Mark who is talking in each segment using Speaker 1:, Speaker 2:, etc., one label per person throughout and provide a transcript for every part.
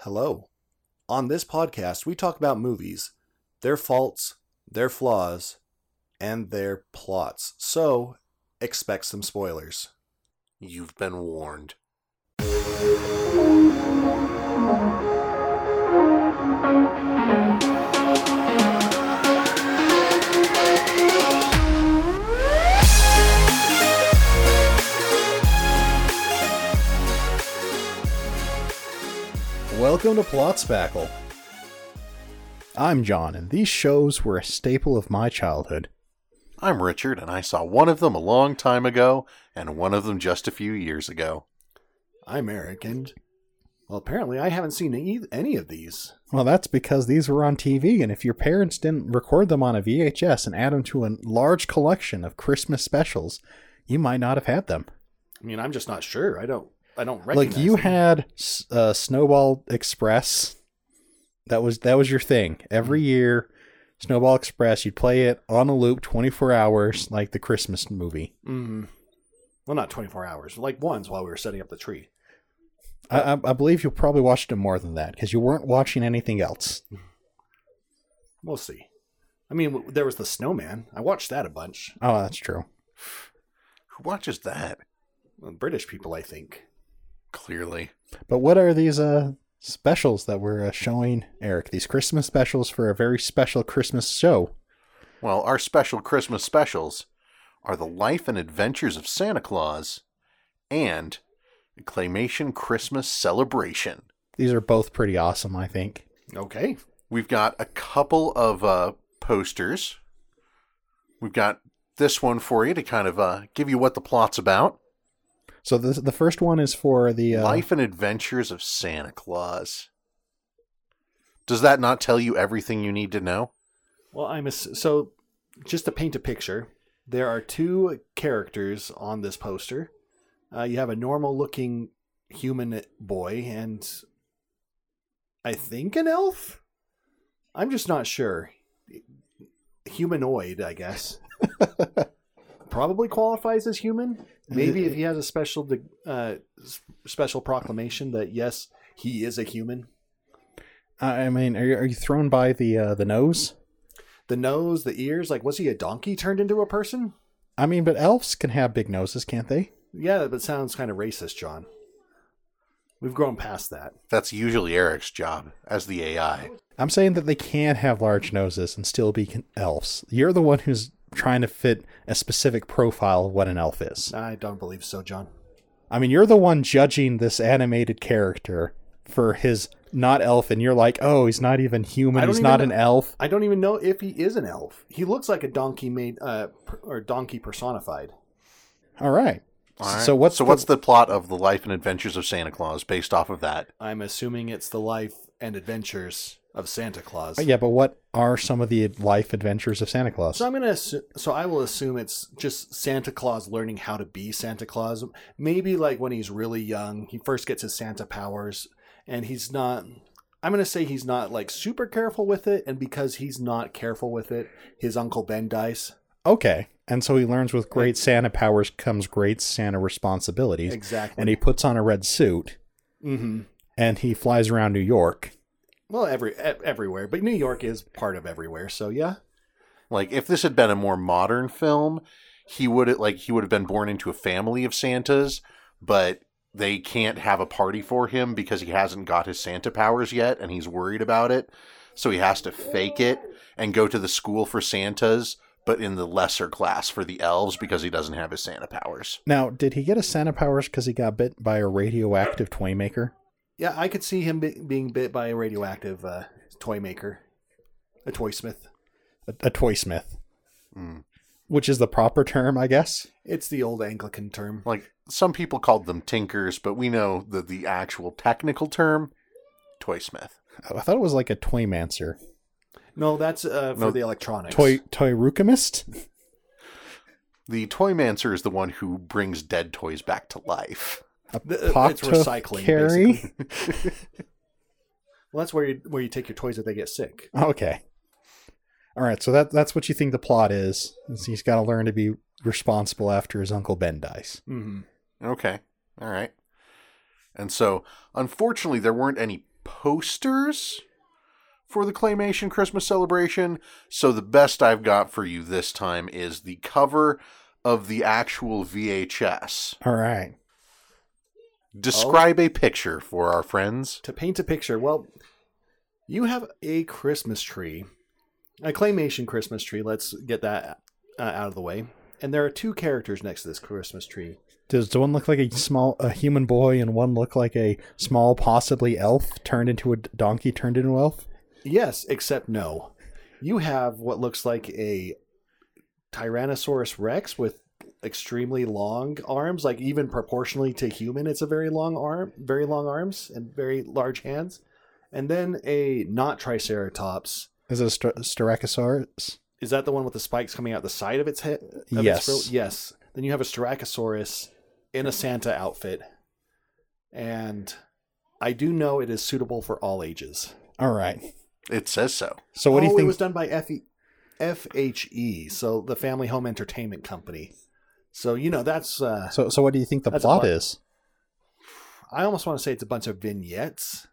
Speaker 1: Hello. On this podcast, we talk about movies, their faults, their flaws, and their plots. So, expect some spoilers. You've been warned. Welcome to Plot Spackle. I'm John, and these shows were a staple of my childhood.
Speaker 2: I'm Richard, and I saw one of them a long time ago and one of them just a few years ago.
Speaker 1: I'm Eric, and well, apparently I haven't seen e- any of these.
Speaker 3: Well, that's because these were on TV, and if your parents didn't record them on a VHS and add them to a large collection of Christmas specials, you might not have had them.
Speaker 1: I mean, I'm just not sure. I don't. I don't recognize.
Speaker 3: Like you
Speaker 1: them.
Speaker 3: had S- uh, Snowball Express. That was that was your thing every year. Snowball Express, you'd play it on a loop, twenty four hours, like the Christmas movie.
Speaker 1: Mm. Well, not 24 hours. Like once while we were setting up the tree.
Speaker 3: I, I, I believe you probably watched it more than that because you weren't watching anything else.
Speaker 1: We'll see. I mean, w- there was the snowman. I watched that a bunch.
Speaker 3: Oh, that's true.
Speaker 2: Who watches that?
Speaker 1: Well, British people, I think.
Speaker 2: Clearly.
Speaker 3: But what are these uh specials that we're uh, showing, Eric? These Christmas specials for a very special Christmas show.
Speaker 2: Well, our special Christmas specials are The Life and Adventures of Santa Claus and the Claymation Christmas Celebration.
Speaker 3: These are both pretty awesome, I think.
Speaker 1: Okay.
Speaker 2: We've got a couple of uh, posters. We've got this one for you to kind of uh, give you what the plot's about
Speaker 3: So the the first one is for the uh,
Speaker 2: Life and Adventures of Santa Claus. Does that not tell you everything you need to know?
Speaker 1: Well, I'm ass- so just to paint a picture. There are two characters on this poster. Uh, you have a normal-looking human boy and I think an elf. I'm just not sure. Humanoid, I guess. Probably qualifies as human. Maybe if he has a special de- uh, s- special proclamation that yes, he is a human.
Speaker 3: I I mean, are you, are you thrown by the uh, the nose?
Speaker 1: The nose, the ears, like was he a donkey turned into a person?
Speaker 3: I mean, but elves can have big noses, can't they?
Speaker 1: Yeah, but sounds kind of racist, John. We've grown past that.
Speaker 2: That's usually Eric's job as the AI.
Speaker 3: I'm saying that they can have large noses and still be con- elves. You're the one who's trying to fit a specific profile of what an elf is.
Speaker 1: I don't believe so, John.
Speaker 3: I mean, you're the one judging this animated character for his not elf, and you're like, oh, he's not even
Speaker 1: I
Speaker 3: human.
Speaker 1: don't
Speaker 3: He's
Speaker 1: even
Speaker 3: not
Speaker 1: know-
Speaker 3: an elf.
Speaker 1: I don't even know if he is an elf. He looks like a donkey made uh, per- or donkey personified.
Speaker 3: All right.
Speaker 2: All right?
Speaker 3: So what's
Speaker 2: so
Speaker 3: the-
Speaker 2: what's the plot of the Life and Adventures of Santa Claus based off of that?
Speaker 1: I'm assuming it's the life and adventures of Santa Claus.
Speaker 3: Yeah, but what are some of the life adventures of Santa Claus?
Speaker 1: So I'm gonna assu- so I will assume it's just Santa Claus learning how to be Santa Claus. Maybe like when he's really young, he first gets his Santa powers, and he's not. I'm gonna say he's not like super careful with it, and because he's not careful with it, his uncle Ben dies.
Speaker 3: Okay. And so he learns with great Santa powers comes great Santa responsibilities.
Speaker 1: Exactly.
Speaker 3: And he puts on a red suit
Speaker 1: hmm
Speaker 3: and he flies around New York.
Speaker 1: Well, every e- everywhere, but New York is part of everywhere. So yeah,
Speaker 2: Like if this had been a more modern film, he would like he would have been born into a family of Santas, but they can't have a party for him because he hasn't got his Santa powers yet and he's worried about it. So he has to fake it and go to the school for Santas, but in the lesser class for the elves because he doesn't have his Santa powers.
Speaker 3: Now, did he get his Santa powers because he got bit by a radioactive toy maker?
Speaker 1: yeah, I could see him be- being bit by a radioactive uh, toy maker, a toy smith.
Speaker 3: A, a toy smith.
Speaker 1: Hmm.
Speaker 3: Which is the proper term, I guess.
Speaker 1: It's the old Anglican term.
Speaker 2: Like some people called them tinkers, but we know that the actual technical term, toysmith.
Speaker 3: I thought it was like a toymancer.
Speaker 1: No, that's uh, for
Speaker 2: No.
Speaker 1: the electronics.
Speaker 3: Toy toy ruchimist?
Speaker 2: The toymancer is the one who brings dead toys back to life.
Speaker 1: Th- uh, it's recycling,
Speaker 3: Carry?
Speaker 1: Well, that's where you where you take your toys if they get sick.
Speaker 3: Okay. All right, so that that's what you think the plot is. is he's got to learn to be responsible after his uncle Ben dies.
Speaker 1: Mm-hmm.
Speaker 2: Okay. All right. And so, unfortunately, there weren't any posters for the Claymation Christmas celebration. So the best I've got for you this time is the cover of the actual VHS.
Speaker 3: All right.
Speaker 2: Describe a picture for our friends.
Speaker 1: to paint a picture, well, you have a Christmas tree, a claymation Christmas tree. Let's get that uh, out of the way. And there are two characters next to this Christmas tree.
Speaker 3: Does one look like a small a human boy and one look like a small possibly elf turned into a d- donkey turned into an elf?
Speaker 1: Yes, except no. You have what looks like a Tyrannosaurus Rex with extremely long arms, like even proportionally to human, it's a very long arm, very long arms and very large hands. And then a not Triceratops.
Speaker 3: Is it a st- Styracosaurus?
Speaker 1: Is that the one with the spikes coming out the side of its head? of its
Speaker 3: Yes.
Speaker 1: throat? yes. Then you have a Styracosaurus in a Santa outfit. And I do know it is suitable for all ages.
Speaker 3: All right.
Speaker 2: It says so.
Speaker 3: So what do
Speaker 1: Oh,
Speaker 3: you
Speaker 1: It
Speaker 3: think?
Speaker 1: was done by FE FHE, E, so the Family Home Entertainment Company. So you know that's. Uh,
Speaker 3: so so what do you think the
Speaker 1: That's a
Speaker 3: plot
Speaker 1: plot.
Speaker 3: is?
Speaker 1: I almost want to say it's a bunch of vignettes.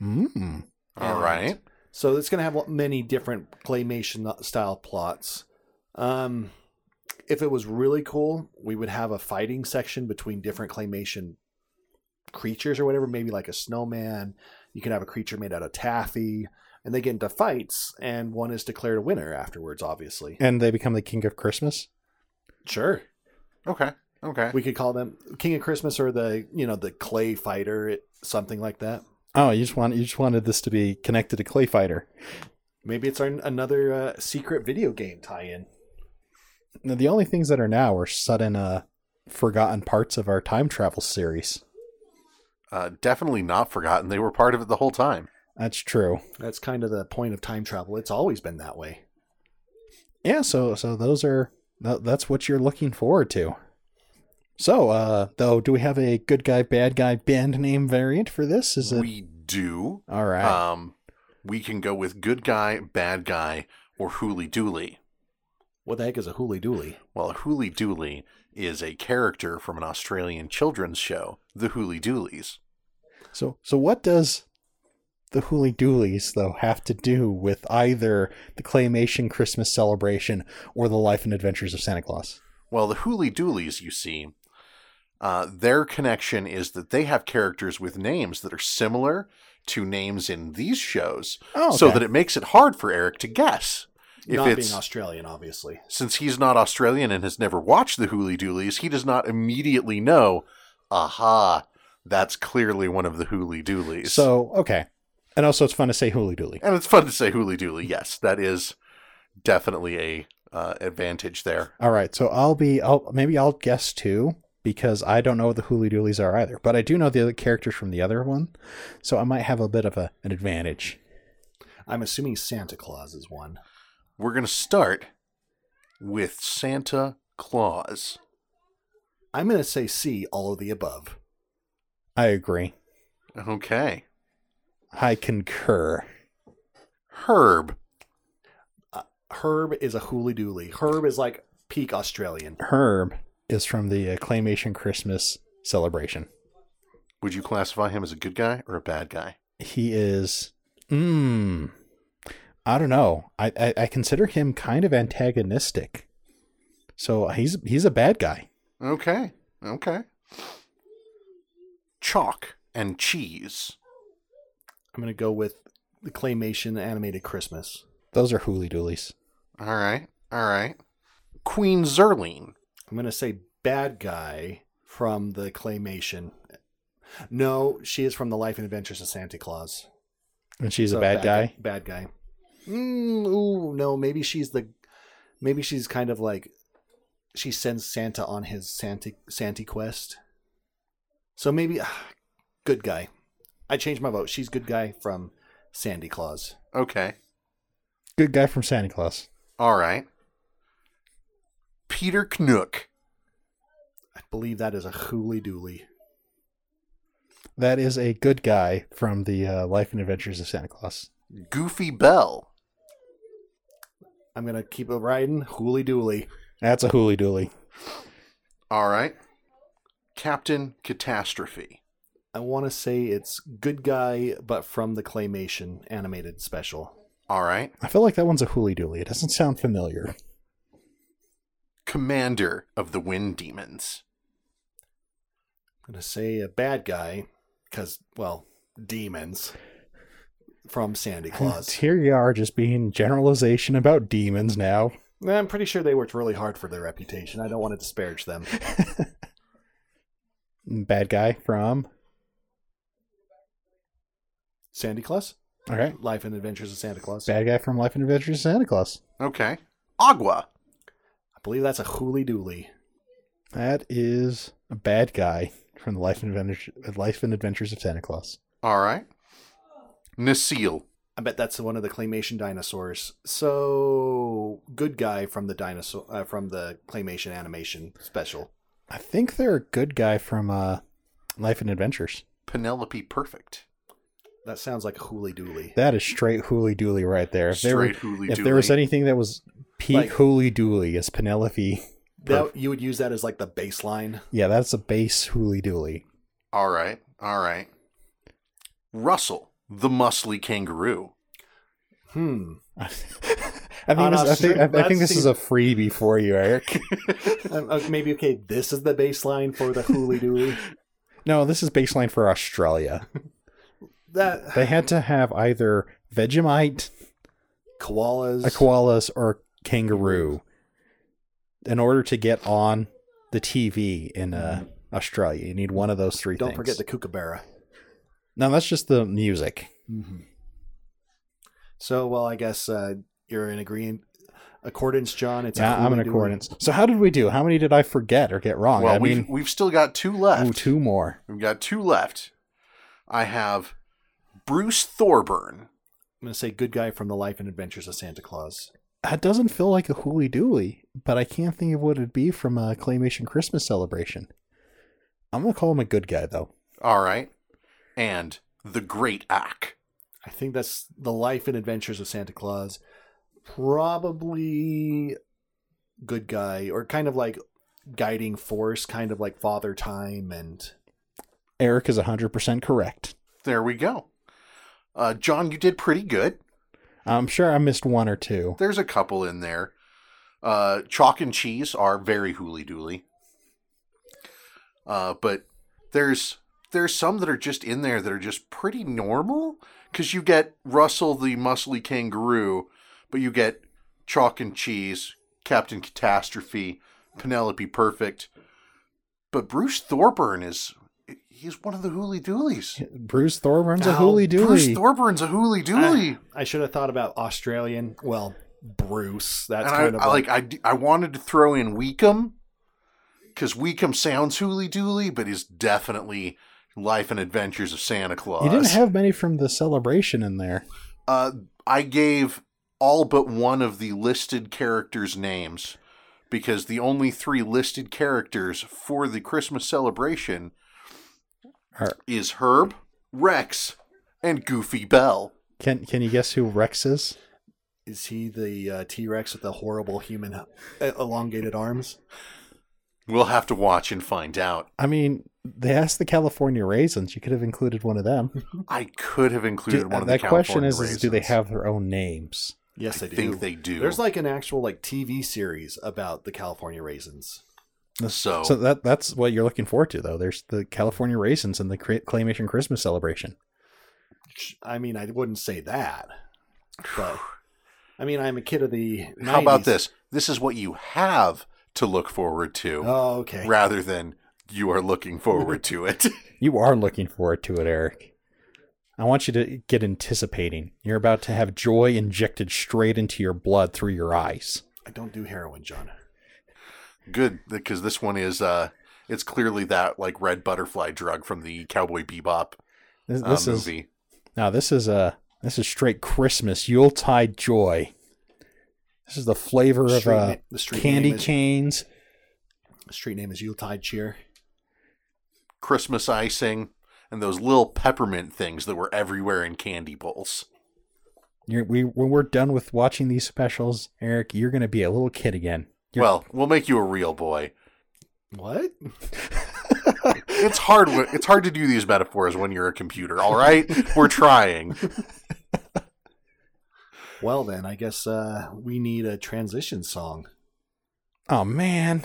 Speaker 3: Mm.
Speaker 2: All
Speaker 1: And-
Speaker 2: right.
Speaker 1: So it's going to have many different claymation style plots. Um, if it was really cool, we would have a fighting section between different claymation creatures or whatever, maybe like a snowman. You can have a creature made out of taffy, and they get into fights, and one is declared a winner afterwards, obviously.
Speaker 3: And they become the king of Christmas.
Speaker 1: Sure.
Speaker 2: Okay. Okay.
Speaker 1: we could call them King of Christmas or the you know the clay fighter, something like that.
Speaker 3: Oh, you just want you just wanted this to be connected to Clay Fighter.
Speaker 1: Maybe it's our, another uh, secret video game tie-in.
Speaker 3: Now, the only things that are now are sudden uh forgotten parts of our time travel series.
Speaker 2: Uh, definitely not forgotten. They were part of it the whole time.
Speaker 3: That's true.
Speaker 1: That's kind of the point of time travel. It's always been that way.
Speaker 3: yeah so so those are tha- that's what you're looking forward to so uh though do we have a good guy bad guy band name variant for this is it
Speaker 2: We do.
Speaker 3: all right
Speaker 2: Um, we can go with good guy, bad guy, or hooly dooly.
Speaker 1: What the heck is a hooly dooly?
Speaker 2: Well, a hooly dooly is a character from an Australian children's show, The Hooly Doolies.
Speaker 3: so so what does the hooly doolies though have to do with either the claymation christmas celebration or the life and adventures of santa claus
Speaker 2: Well, the Hooly Doolies, you see, uh, their connection is that they have characters with names that are similar to names in these shows,
Speaker 3: Oh,
Speaker 2: so
Speaker 3: okay.
Speaker 2: that it makes it hard for Eric to guess. If
Speaker 1: Not
Speaker 2: it's
Speaker 1: being Australian, obviously.
Speaker 2: since he's not Australian and has never watched the Hooly Doolies, he does not immediately know. Aha, that's clearly one of the Hooly Doolies.
Speaker 3: so okay and also it's fun to say hooly dooly
Speaker 2: and it's fun to say Hooly Dooly. Yes, that is definitely a uh, advantage there.
Speaker 3: All right, so I'll be I'll maybe I'll guess two because I don't know what the Hooly Doolies are either, but I do know the other characters from the other one, so I might have a bit of a, an advantage.
Speaker 1: I'm assuming Santa Claus is one.
Speaker 2: We're gonna start with Santa Claus.
Speaker 1: I'm going to say C, all of the above.
Speaker 3: I agree.
Speaker 2: Okay,
Speaker 3: I concur.
Speaker 2: Herb.
Speaker 1: Herb is a hooly dooly. Herb is like peak Australian.
Speaker 3: Herb is from the Acclamation Christmas celebration.
Speaker 2: Would you classify him as a good guy or a bad guy?
Speaker 3: He is mmm. I don't know. I, I I consider him kind of antagonistic. So he's he's a bad guy.
Speaker 2: Okay, okay. Chalk and cheese.
Speaker 1: I'm going to go with the claymation animated Christmas.
Speaker 3: Those are Hooly Doolies.
Speaker 2: All right. All right. Queen Zerline.
Speaker 1: I'm gonna say bad guy from the claymation. No, she is from the Life and Adventures of Santa Claus.
Speaker 3: And she's
Speaker 1: So
Speaker 3: a bad guy.
Speaker 1: Bad guy. Mm, ooh, no, maybe she's the, maybe she's kind of like, she sends Santa on his Santa Santa quest. So maybe, ah, good guy. I changed my vote. She's good guy from Sandy Claus.
Speaker 2: Okay.
Speaker 3: Good guy from Santa Claus.
Speaker 2: All right. Peter Knook.
Speaker 1: I believe that is a hooly dooly.
Speaker 3: That is a good guy from the uh, Life and Adventures of Santa Claus.
Speaker 2: Goofy Bell.
Speaker 1: I'm gonna keep it riding hooly dooly.
Speaker 3: That's a hooly dooly.
Speaker 2: All right. Captain Catastrophe.
Speaker 1: I want to say it's Good Guy, but from the Claymation animated special.
Speaker 2: All right.
Speaker 3: I feel like that one's a hooly dooly. It doesn't sound familiar.
Speaker 2: Commander of the Wind Demons.
Speaker 1: I'm going to say a bad guy because, well, demons from Sandy Claus.
Speaker 3: Here you are, just being generalization about demons now.
Speaker 1: I'm pretty sure they worked really hard for their reputation. I don't want to disparage them.
Speaker 3: Bad guy from.
Speaker 1: Sandy Claus?
Speaker 3: Okay.
Speaker 1: Life and Adventures of Santa Claus.
Speaker 3: Bad guy from Life and Adventures of Santa Claus.
Speaker 2: Okay. Agua.
Speaker 1: I believe that's a hooly dooly.
Speaker 3: That is a bad guy from the Life and Adventures, Life and Adventures of Santa Claus.
Speaker 2: All right. Nasil.
Speaker 1: I bet that's one of the claymation dinosaurs. So good guy from the dinosaur uh, from the claymation animation special.
Speaker 3: I think they're a good guy from uh, Life and Adventures.
Speaker 2: Penelope Perfect.
Speaker 1: That sounds like a hooly dooly.
Speaker 3: That is straight hooly dooly right there. If there, were-
Speaker 2: Straight hooly
Speaker 3: if there was anything that was peak
Speaker 1: Like-
Speaker 3: hooly dooly, it's Penelope.
Speaker 1: That you would use that as like the baseline.
Speaker 3: Yeah, that's a base hooly dooly.
Speaker 2: All right. All right. Russell, the muscly kangaroo.
Speaker 1: Hmm.
Speaker 3: I think,
Speaker 1: no,
Speaker 3: this, I think, I- I
Speaker 1: that's
Speaker 3: think this
Speaker 1: the-
Speaker 3: is a freebie for you, Eric.
Speaker 1: Um, uh, maybe okay. This is the baseline for the hooly dooly.
Speaker 3: no, this is baseline for Australia.
Speaker 1: That
Speaker 3: They had to have either Vegemite,
Speaker 1: koalas.
Speaker 3: a koalas, or kangaroo in order to get on the TV in uh, Australia. You need one of those three
Speaker 1: Don't
Speaker 3: things.
Speaker 1: forget the kookaburra. Mm-hmm.
Speaker 3: No, that's just the music.
Speaker 1: So well, I guess uh, you're in agreeing accordance, John. It's a
Speaker 3: Yeah, I'm in
Speaker 1: hooly-dooly.
Speaker 3: accordance. So how did we do? How many did I forget or get wrong?
Speaker 2: Well,
Speaker 3: I
Speaker 2: we've,
Speaker 3: mean,
Speaker 2: we've still got two left.
Speaker 3: ooh, two more.
Speaker 2: We've got two left. I have Bruce Thorburn.
Speaker 1: I'm gonna say good guy from the Life and Adventures of Santa Claus.
Speaker 3: That doesn't feel like a hooly dooly, but I can't think of what it'd be from a claymation Christmas celebration. I'm gonna call him a good guy though.
Speaker 2: All right. And the Great Ack.
Speaker 1: I think that's the Life and Adventures of Santa Claus. Probably good guy or kind of like guiding force, kind of like Father Time and
Speaker 3: Eric is 100% correct.
Speaker 2: There we go. Uh, John, you did pretty good.
Speaker 3: I'm sure I missed one or two.
Speaker 2: There's a couple in there. Uh, chalk and cheese are very hooly dooly. Uh, but there's there's some that are just in there that are just pretty normal because you get Russell the muscly kangaroo, but you get chalk and cheese, Captain Catastrophe, Penelope Perfect. But Bruce Thorburn is he's one of the hooly doolies.
Speaker 3: Bruce Thorburn's a
Speaker 1: Oh,
Speaker 3: hooly
Speaker 2: Bruce
Speaker 3: dooly.
Speaker 2: Thorburn's a hooly dooly.
Speaker 1: I should have thought about Australian. Well, Bruce. That's
Speaker 2: and
Speaker 1: kind
Speaker 2: I,
Speaker 1: of
Speaker 2: I like I, d- I wanted to throw in Weekum because Weekum sounds hooly dooly, but is definitely Life and Adventures of Santa Claus.
Speaker 3: you didn't have many from the celebration in there.
Speaker 2: Uh, I gave all but one of the listed characters' names because the only three listed characters for the Christmas celebration
Speaker 3: Her-
Speaker 2: is Herb, Rex, and Goofy Bell.
Speaker 3: Can Can you guess who Rex is?
Speaker 1: is he the uh, T Rex with the horrible human uh, elongated arms?
Speaker 2: We'll have to watch and find out.
Speaker 3: I mean, they asked the California Raisins. You could have included one of them.
Speaker 2: I could have
Speaker 3: Do-
Speaker 2: included one of the
Speaker 3: that question
Speaker 2: California
Speaker 3: is, is do they
Speaker 2: raisins.
Speaker 3: have their own names?
Speaker 1: Yes,
Speaker 2: I
Speaker 1: they
Speaker 2: think
Speaker 1: do.
Speaker 2: they do.
Speaker 1: There's like an actual like TV series about the California raisins.
Speaker 2: so,
Speaker 3: So that that's what you're looking forward to, though. There's the California Raisins and the Cra- Claymation Christmas celebration.
Speaker 1: I mean, I wouldn't say that, but I mean, I'm a kid of the. 90s.
Speaker 2: How about this? This is what you have to look forward to
Speaker 1: Oh, okay.
Speaker 2: rather than you are looking forward to it.
Speaker 3: You are looking forward to it, Eric. I want you to get anticipating. You're about to have joy injected straight into your blood through your eyes.
Speaker 1: I don't do heroin, John.
Speaker 2: Good, because this one is uh it's clearly that like red butterfly drug from the Cowboy Bebop
Speaker 3: This,
Speaker 2: uh,
Speaker 3: this is
Speaker 2: movie.
Speaker 3: now. This is a this is straight Christmas Yuletide joy. This is the flavor
Speaker 1: The
Speaker 3: of
Speaker 1: street,
Speaker 3: uh,
Speaker 1: na- the street
Speaker 3: candy
Speaker 1: name is,
Speaker 3: canes.
Speaker 1: the Street name is Yuletide Cheer.
Speaker 2: Christmas icing and those little peppermint things that were everywhere in candy bowls.
Speaker 3: You're, we when we're done with watching these specials, Eric, you're gonna be a little kid again. You're-
Speaker 2: Well, we'll make you a real boy.
Speaker 1: What?
Speaker 2: It's hard. when- It's hard to do these metaphors when you're a computer. All right, we're trying.
Speaker 1: Well, then, I guess uh, we need a transition song.
Speaker 3: Oh man.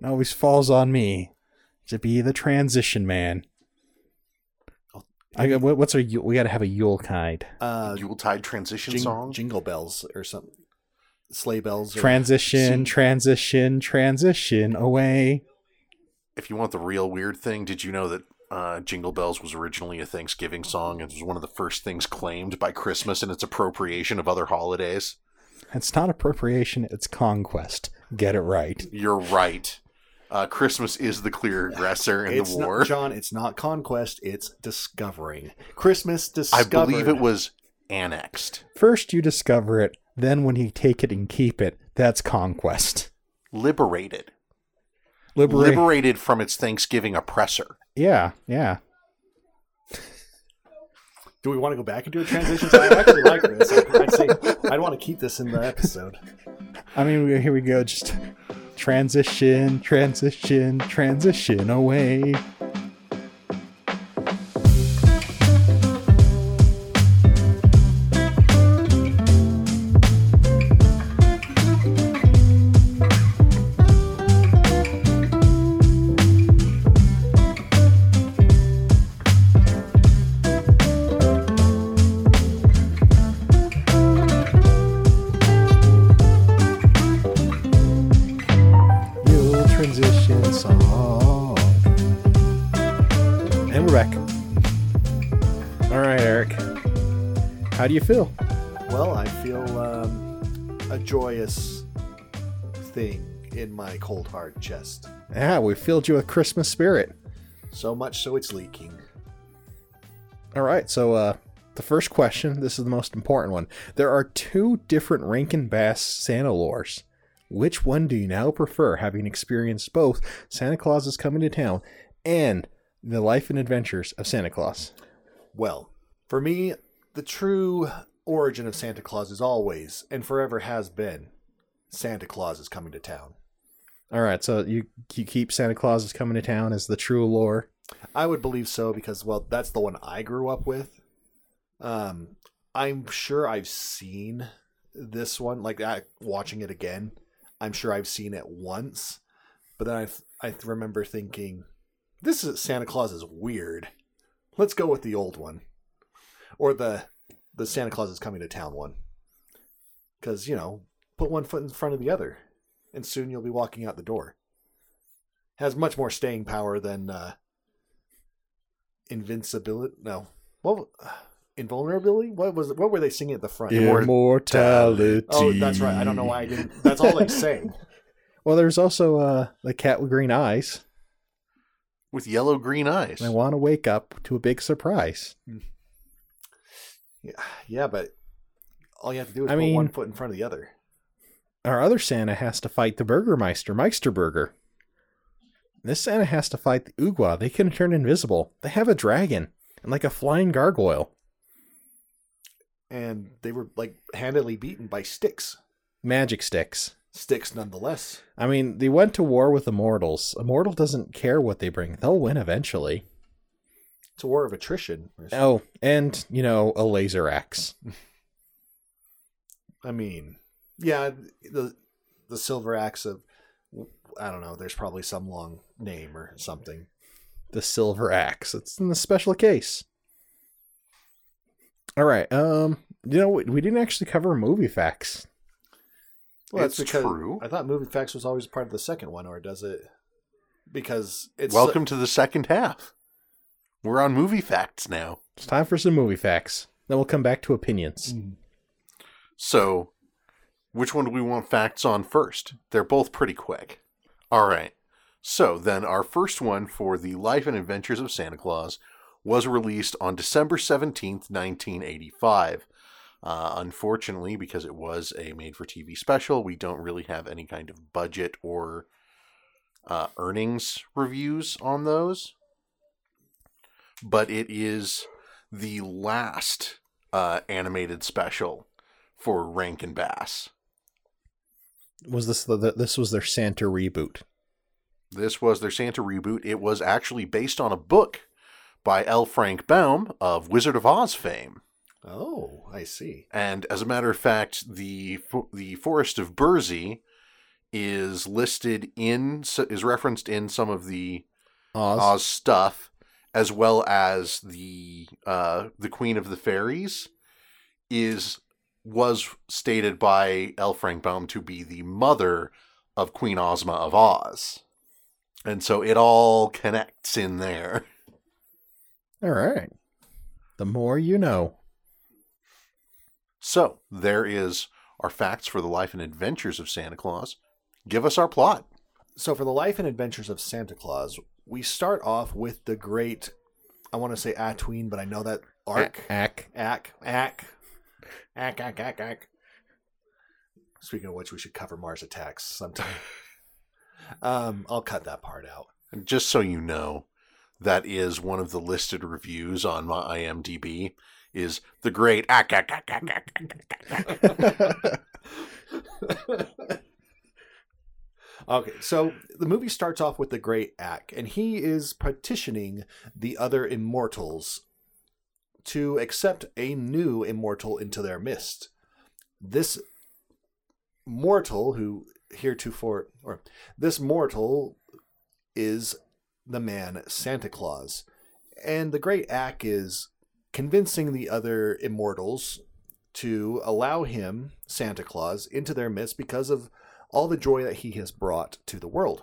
Speaker 3: It always falls on me to be the transition man. I got what- what's our Yule- we got to have a Yule kind.
Speaker 1: Uh,
Speaker 2: Yuletide transition
Speaker 1: jing-
Speaker 2: song.
Speaker 1: Jingle bells or something. Sleigh bells. Or,
Speaker 3: Transition,
Speaker 1: See-
Speaker 3: transition, transition away.
Speaker 2: if you want the real weird thing, did you know that uh, Jingle Bells was originally a Thanksgiving song and was one of the first things claimed by Christmas in its appropriation of other holidays?
Speaker 3: It's not appropriation, it's conquest. Get it right.
Speaker 2: You're right. Uh, Christmas is the clear aggressor in the
Speaker 1: it's
Speaker 2: war.
Speaker 1: Not, John, it's not conquest, it's discovering. Christmas
Speaker 2: I
Speaker 1: discovered.
Speaker 2: believe it was annexed.
Speaker 3: First you discover it, then when you take it and keep it, that's conquest.
Speaker 2: Liberated.
Speaker 3: Liberate.
Speaker 2: Liberated from its Thanksgiving oppressor.
Speaker 3: yeah, yeah.
Speaker 1: Do we want to go back and do a transition song? I actually like this. I'd say I'd want to keep this in the episode.
Speaker 3: I mean, we- here we go. Just transition, transition, transition away. Yule transition song. And we're back. All right, Eric. How do you feel?
Speaker 1: Well, I feel um, a joyous thing in my cold hard chest.
Speaker 3: Yeah, we filled you with Christmas spirit.
Speaker 1: So much so it's leaking.
Speaker 3: All right, so uh, the first question, this is the most important one. There are two different Rankin Bass Santa lores. Which one do you now prefer, having experienced both Santa Claus is Coming to Town and The Life and Adventures of Santa Claus?
Speaker 1: Well, for me, the true origin of Santa Claus is always and forever has been Santa Claus is coming to town.
Speaker 3: All right, so you, you keep Santa Claus is Coming to Town as the true lore.
Speaker 1: I would believe so because well, that's the one I grew up with. Um, I'm sure I've seen this one, like I, watching it again. I'm sure I've seen it once, but then I th- I th- remember thinking, this is Santa Claus is weird. Let's go with the old one, or the the Santa Claus is coming to town one, because you know put one foot in front of the other, and soon you'll be walking out the door. Has much more staying power than uh, invincibility. No, what uh, invulnerability? What was? What were they singing at the front?
Speaker 3: Immortality.
Speaker 1: Oh, that's right. I don't know why I didn't. That's all I'm saying.
Speaker 3: Well, there's also uh, the cat with green eyes.
Speaker 2: With yellow green eyes.
Speaker 3: I want to wake up to a big surprise.
Speaker 1: Yeah, but all you have to do is
Speaker 3: I
Speaker 1: put
Speaker 3: mean-
Speaker 1: one foot in front of the other.
Speaker 3: Our other Santa has to fight the Burgermeister, Meisterburger. This Santa has to fight the Oogwa. They can turn invisible. They have a dragon and like a flying gargoyle.
Speaker 1: And they were like handily beaten by sticks.
Speaker 3: Magic sticks.
Speaker 1: Sticks, nonetheless.
Speaker 3: I mean, they went to war with immortals. Immortal doesn't care what they bring, they'll win eventually.
Speaker 1: It's a war of attrition.
Speaker 3: Oh, and, you know, a laser axe.
Speaker 1: I mean, yeah, the the silver axe of I don't know. There's probably some long name or something.
Speaker 3: The silver axe. It's in the special case. All right. Um, you know, we, we didn't actually cover movie facts.
Speaker 2: It's true.
Speaker 1: I thought movie facts was always part of the second one, or does it? Because it's
Speaker 2: Welcome to the second half. We're on movie facts now.
Speaker 3: It's time for some movie facts. Then we'll come back to opinions.
Speaker 2: So, which one do we want facts on first? They're both pretty quick. All right. So, then our first one for The Life and Adventures of Santa Claus was released on December 17th, 1985. Uh, unfortunately, because it was a made for TV special, we don't really have any kind of budget or uh, earnings reviews on those. But it is the last uh, animated special for Rankin Bass.
Speaker 3: was this the, the this was their Santa reboot?
Speaker 2: This was their Santa reboot. It was actually based on a book by L. Frank Baum of Wizard of Oz fame.
Speaker 1: Oh, I see.
Speaker 2: And as a matter of fact, the fo- the Forest of Bursey is listed in is referenced in some of the
Speaker 3: Oz.
Speaker 2: Oz uh, stuff, as well as the uh, the Queen of the Fairies, is was stated by L. Frank Baum to be the mother of Queen Ozma of Oz, and so it all connects in there.
Speaker 3: All right. The more you know.
Speaker 2: So there is our facts for the life and adventures of Santa Claus. Give us our plot.
Speaker 1: So, for the life and adventures of Santa Claus, we start off with the great, I want to say Atween, but I know that arc.
Speaker 3: Ack.
Speaker 1: Ack, ack, ack, ack, ack, ack. Speaking of which, we should cover Mars attacks sometime. um, I'll cut that part out.
Speaker 2: And just so you know, that is one of the listed reviews on my IMDb. Is the great ack, ack, ack, ack, ack, ack, ack, ack.
Speaker 1: Okay, so the movie starts off with the great Ack, and he is petitioning the other immortals to accept a new immortal into their midst. This mortal, who heretofore, or this mortal is the man Santa Claus. And the great Ack is convincing the other immortals to allow him, Santa Claus, into their midst because of all the joy that he has brought to the world.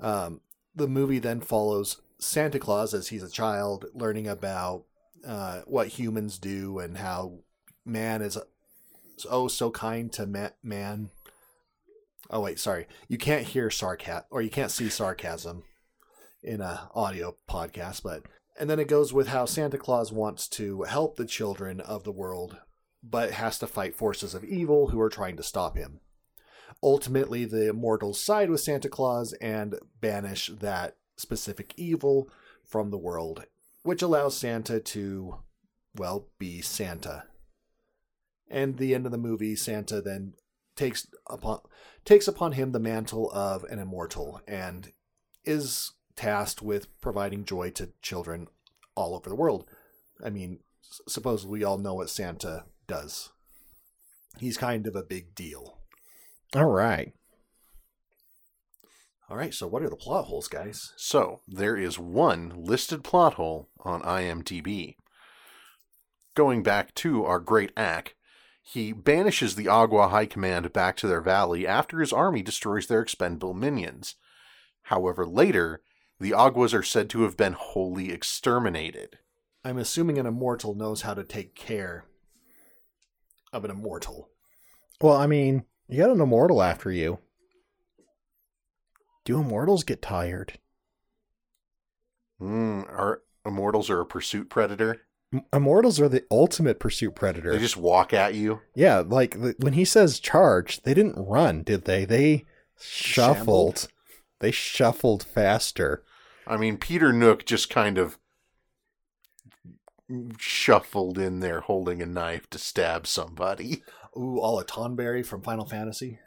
Speaker 1: Um, the movie then follows Santa Claus as he's a child, learning about uh, what humans do and how man is oh so kind to ma- man. Oh wait, sorry. You can't hear sarcasm or you can't see sarcasm in a audio podcast, but and then it goes with how Santa Claus wants to help the children of the world, but has to fight forces of evil who are trying to stop him ultimately the immortals side with Santa Claus and banish that specific evil from the world, which allows Santa to, well, be Santa. And the end of the movie, Santa then takes upon takes upon him the mantle of an immortal and is tasked with providing joy to children all over the world. I mean, s- suppose we all know what Santa does. He's kind of a big deal.
Speaker 3: All right.
Speaker 1: All right, so what are the plot holes, guys?
Speaker 2: So there is one listed plot hole on IMDb. Going back to our great Ack, he banishes the Agua High Command back to their valley after his army destroys their expendable minions. However, later, the Aguas are said to have been wholly exterminated.
Speaker 1: I'm assuming an immortal knows how to take care of an immortal.
Speaker 3: Well, I mean, you got an immortal after you. Do immortals get tired?
Speaker 2: Mm, our immortals are a pursuit predator.
Speaker 3: M- immortals are the ultimate pursuit predator.
Speaker 2: They just walk at you.
Speaker 3: yeah, like th- when he says charge, they didn't run, did they? They shuffled.
Speaker 1: Shambled.
Speaker 3: They shuffled faster.
Speaker 2: I mean, Peter Nook just kind of shuffled in there holding a knife to stab somebody.
Speaker 1: Ooh, all a Tonberry from Final Fantasy.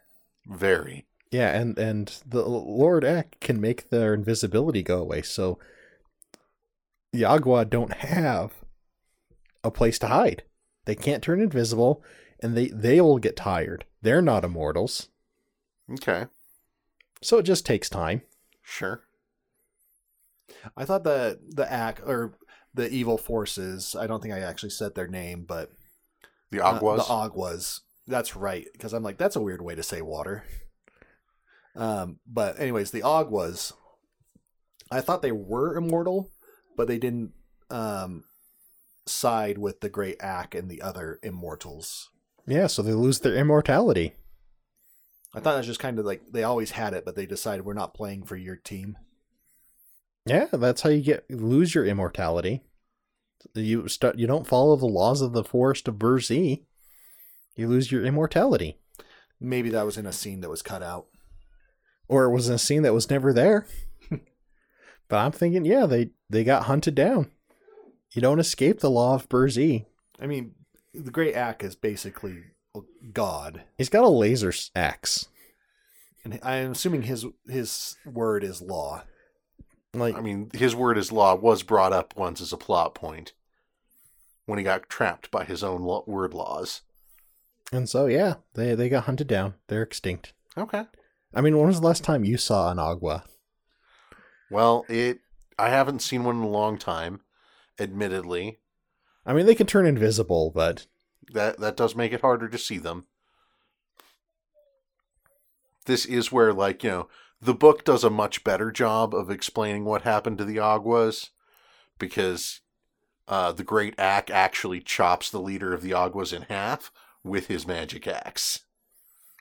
Speaker 2: Very.
Speaker 3: Yeah, and and the Lord Ack can make their invisibility go away, so the Agua don't have a place to hide. They can't turn invisible, and they they'll get tired. They're not immortals,
Speaker 2: Okay.
Speaker 3: so it just takes time.
Speaker 2: Sure.
Speaker 1: I thought the the act or the evil forces. I don't think I actually said their name, but
Speaker 2: The
Speaker 1: uh,
Speaker 2: Aguas.
Speaker 1: the Aguas. That's right, because I'm like that's a weird way to say water. Um, but anyways, the Aguas. I thought they were immortal, but they didn't um, side with the Great Ack and the other immortals.
Speaker 3: Yeah, so they lose their immortality.
Speaker 1: I thought it was just kind of like they always had it, but they decided we're not playing for your team.
Speaker 3: Yeah, that's how you get lose your immortality. You start you don't follow the laws of the Forest of Burzee. You lose your immortality,
Speaker 1: Maybe that was in a scene that was cut out.
Speaker 3: or it was in a scene that was never there. but I'm thinking, yeah, they they got hunted down. You don't escape the law of Burzee.
Speaker 1: I mean, the Great Ack is basically God.
Speaker 3: He's got a laser s- axe.
Speaker 1: and I'm assuming his his word is law.
Speaker 3: Like,
Speaker 2: I mean, his word is law was brought up once as a plot point when he got trapped by his own lo- word laws.
Speaker 3: and so yeah, they they got hunted down. They're extinct.
Speaker 2: Okay.
Speaker 3: I mean, when was the last time you saw an agua?
Speaker 2: Well, it I haven't seen one in a long time, admittedly.
Speaker 3: I mean, they can turn invisible, but
Speaker 2: That that does make it harder to see them. This is where like, you know, the book does a much better job of explaining what happened to the Aguas because uh, the great Ack actually chops the leader of the Aguas in half with his magic axe.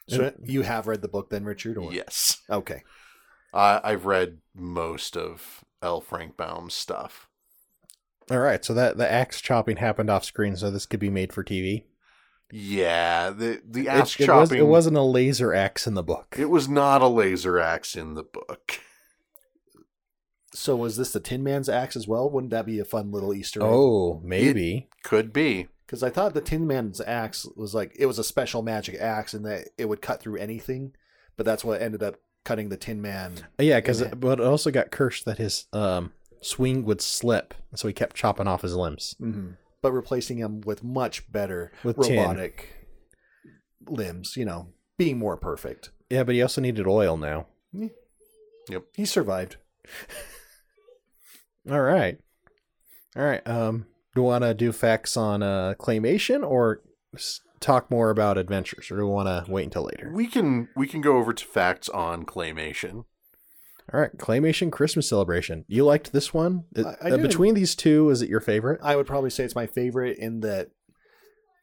Speaker 1: So
Speaker 3: And-
Speaker 1: you have read the book then, Richard? Or?
Speaker 2: Yes.
Speaker 1: Okay.
Speaker 2: I I've read most of L. Frank Baum's stuff.
Speaker 3: all right. So that the axe chopping happened off screen, so this could be made for TV.
Speaker 2: Yeah, the
Speaker 3: It-
Speaker 2: the axe
Speaker 3: it,
Speaker 2: chopping.
Speaker 3: was, it wasn't a laser axe in the book.
Speaker 2: It was not a laser axe in the book.
Speaker 1: So was this the Tin Man's axe as well? Wouldn't that be a fun little Easter egg?
Speaker 3: oh, maybe.
Speaker 2: Could be.
Speaker 1: Because I thought the Tin Man's axe was like it was a special magic axe and that it would cut through anything, but that's what ended up cutting the Tin Man.
Speaker 3: Uh, yeah, because
Speaker 1: Yeah.
Speaker 3: but it also got cursed that his um swing would slip, so he kept chopping off his limbs.
Speaker 1: But replacing him with much better
Speaker 3: Mm-hmm. With tin.
Speaker 1: robotic limbs, you know, being more perfect.
Speaker 3: Yeah, but he also needed oil now.
Speaker 1: He survived.
Speaker 3: All right, all right. Um, do you want to do facts on uh claymation or s- talk more about adventures, or do we want to wait until later?
Speaker 2: We can we can go over to facts on claymation.
Speaker 3: All right, claymation Christmas celebration. You liked this one? It-
Speaker 1: I- I
Speaker 3: uh,
Speaker 1: did.
Speaker 3: between these two, is it your favorite?
Speaker 1: I would probably say it's my favorite in that.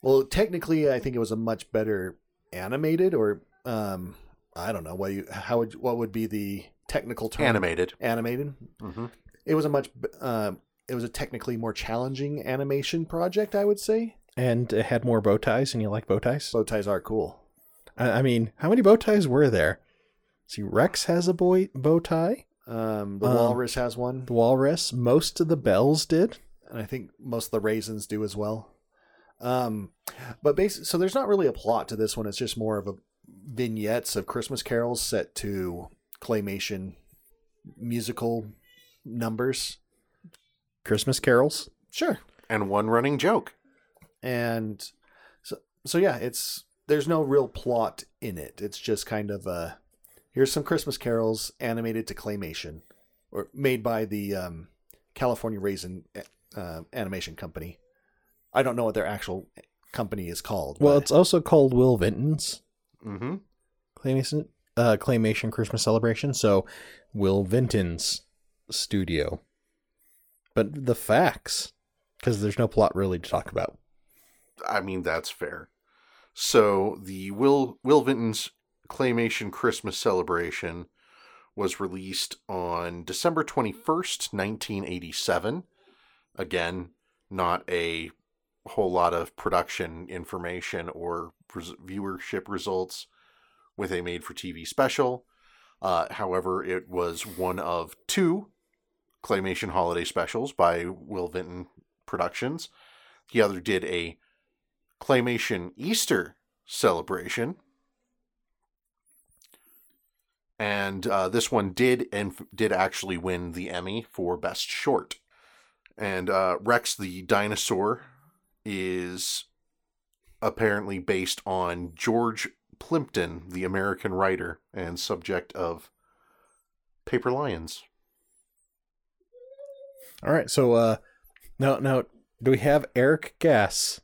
Speaker 1: Well, technically, I think it was a much better animated, or um, I don't know what you how would what would be the technical term
Speaker 2: Animated.
Speaker 1: animated.
Speaker 2: hmm
Speaker 1: It was a much um, it was a technically more challenging animation project, I would say.
Speaker 3: And it had more bow ties, and you like bow ties?
Speaker 1: Bow ties are cool.
Speaker 3: I, I mean, how many bow ties were there? See, Rex has a boy bow tie.
Speaker 1: Um, the
Speaker 3: Um,
Speaker 1: walrus has one,
Speaker 3: The walrus. Most of the bells did.
Speaker 1: and I think most of the raisins do as well. Um, but basically, so there's not really a plot to this one. It's just more of a vignettes of Christmas carols set to claymation musical numbers.
Speaker 3: Christmas carols.
Speaker 1: Sure.
Speaker 2: And one running joke.
Speaker 1: And so, so yeah, it's there's no real plot in it. It's just kind of a here's some Christmas carols animated to claymation, or made by the um, California Raisin uh, Animation Company. I don't know what their actual company is called.
Speaker 3: Well,
Speaker 1: but-
Speaker 3: it's also called Will Vinton's
Speaker 2: Mm-hmm.
Speaker 3: claymation uh, claymation Christmas celebration. So, Will Vinton's studio. But the facts, because there's no plot really to talk about.
Speaker 2: I mean that's fair. So the Will Will Vinton's claymation Christmas celebration was released on December twenty first, nineteen eighty seven. Again, not a whole lot of production information or pres- viewership results with a made for TV special. Uh, however, it was one of two claymation holiday specials by Will Vinton Productions. The other did a claymation Easter celebration. And uh, this one did and did actually win the Emmy for best short. And uh, Rex the dinosaur is apparently based on George Plimpton, the American writer and subject of Paper Lions.
Speaker 3: All right. So, uh, now, now, do we have Eric Gass?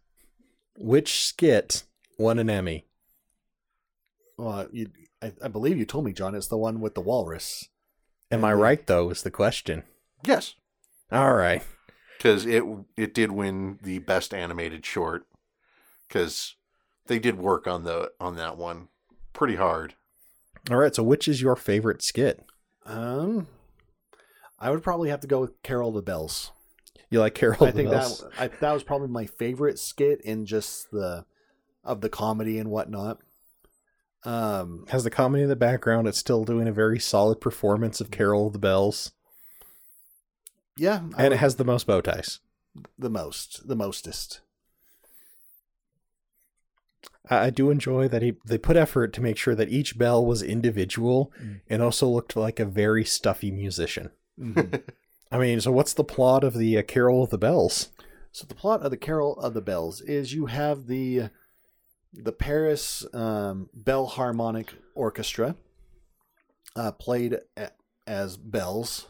Speaker 3: Which skit won an Emmy?
Speaker 1: Well, you, I, I believe you told me, John, it's the one with the walrus.
Speaker 3: Am I right though? Is the question.
Speaker 2: Yes,
Speaker 3: All right.
Speaker 2: because it it did win the best animated short. Because they did work on the on that one pretty hard.
Speaker 3: All right. So, which is your favorite skit?
Speaker 1: Um, I would probably have to go with Carol the Bells.
Speaker 3: You like Carol?
Speaker 1: I think
Speaker 3: Bells?
Speaker 1: that I, that was probably my favorite skit in just the of the comedy and whatnot. Um,
Speaker 3: has the comedy in the background. It's still doing a very solid performance of Carol of the Bells,
Speaker 1: yeah, I
Speaker 3: and it
Speaker 1: would-
Speaker 3: has the most bow ties.
Speaker 1: the most, the mostest.
Speaker 3: I I do enjoy that he they put effort to make sure that each bell was individual
Speaker 1: Mm.
Speaker 3: and also looked like a very stuffy musician.
Speaker 1: Mhm.
Speaker 3: I mean, so what's the plot of the uh, Carol of the Bells?
Speaker 1: so the plot of the Carol of the Bells is you have the the Paris um, Bell Harmonic Orchestra uh, played a- as bells,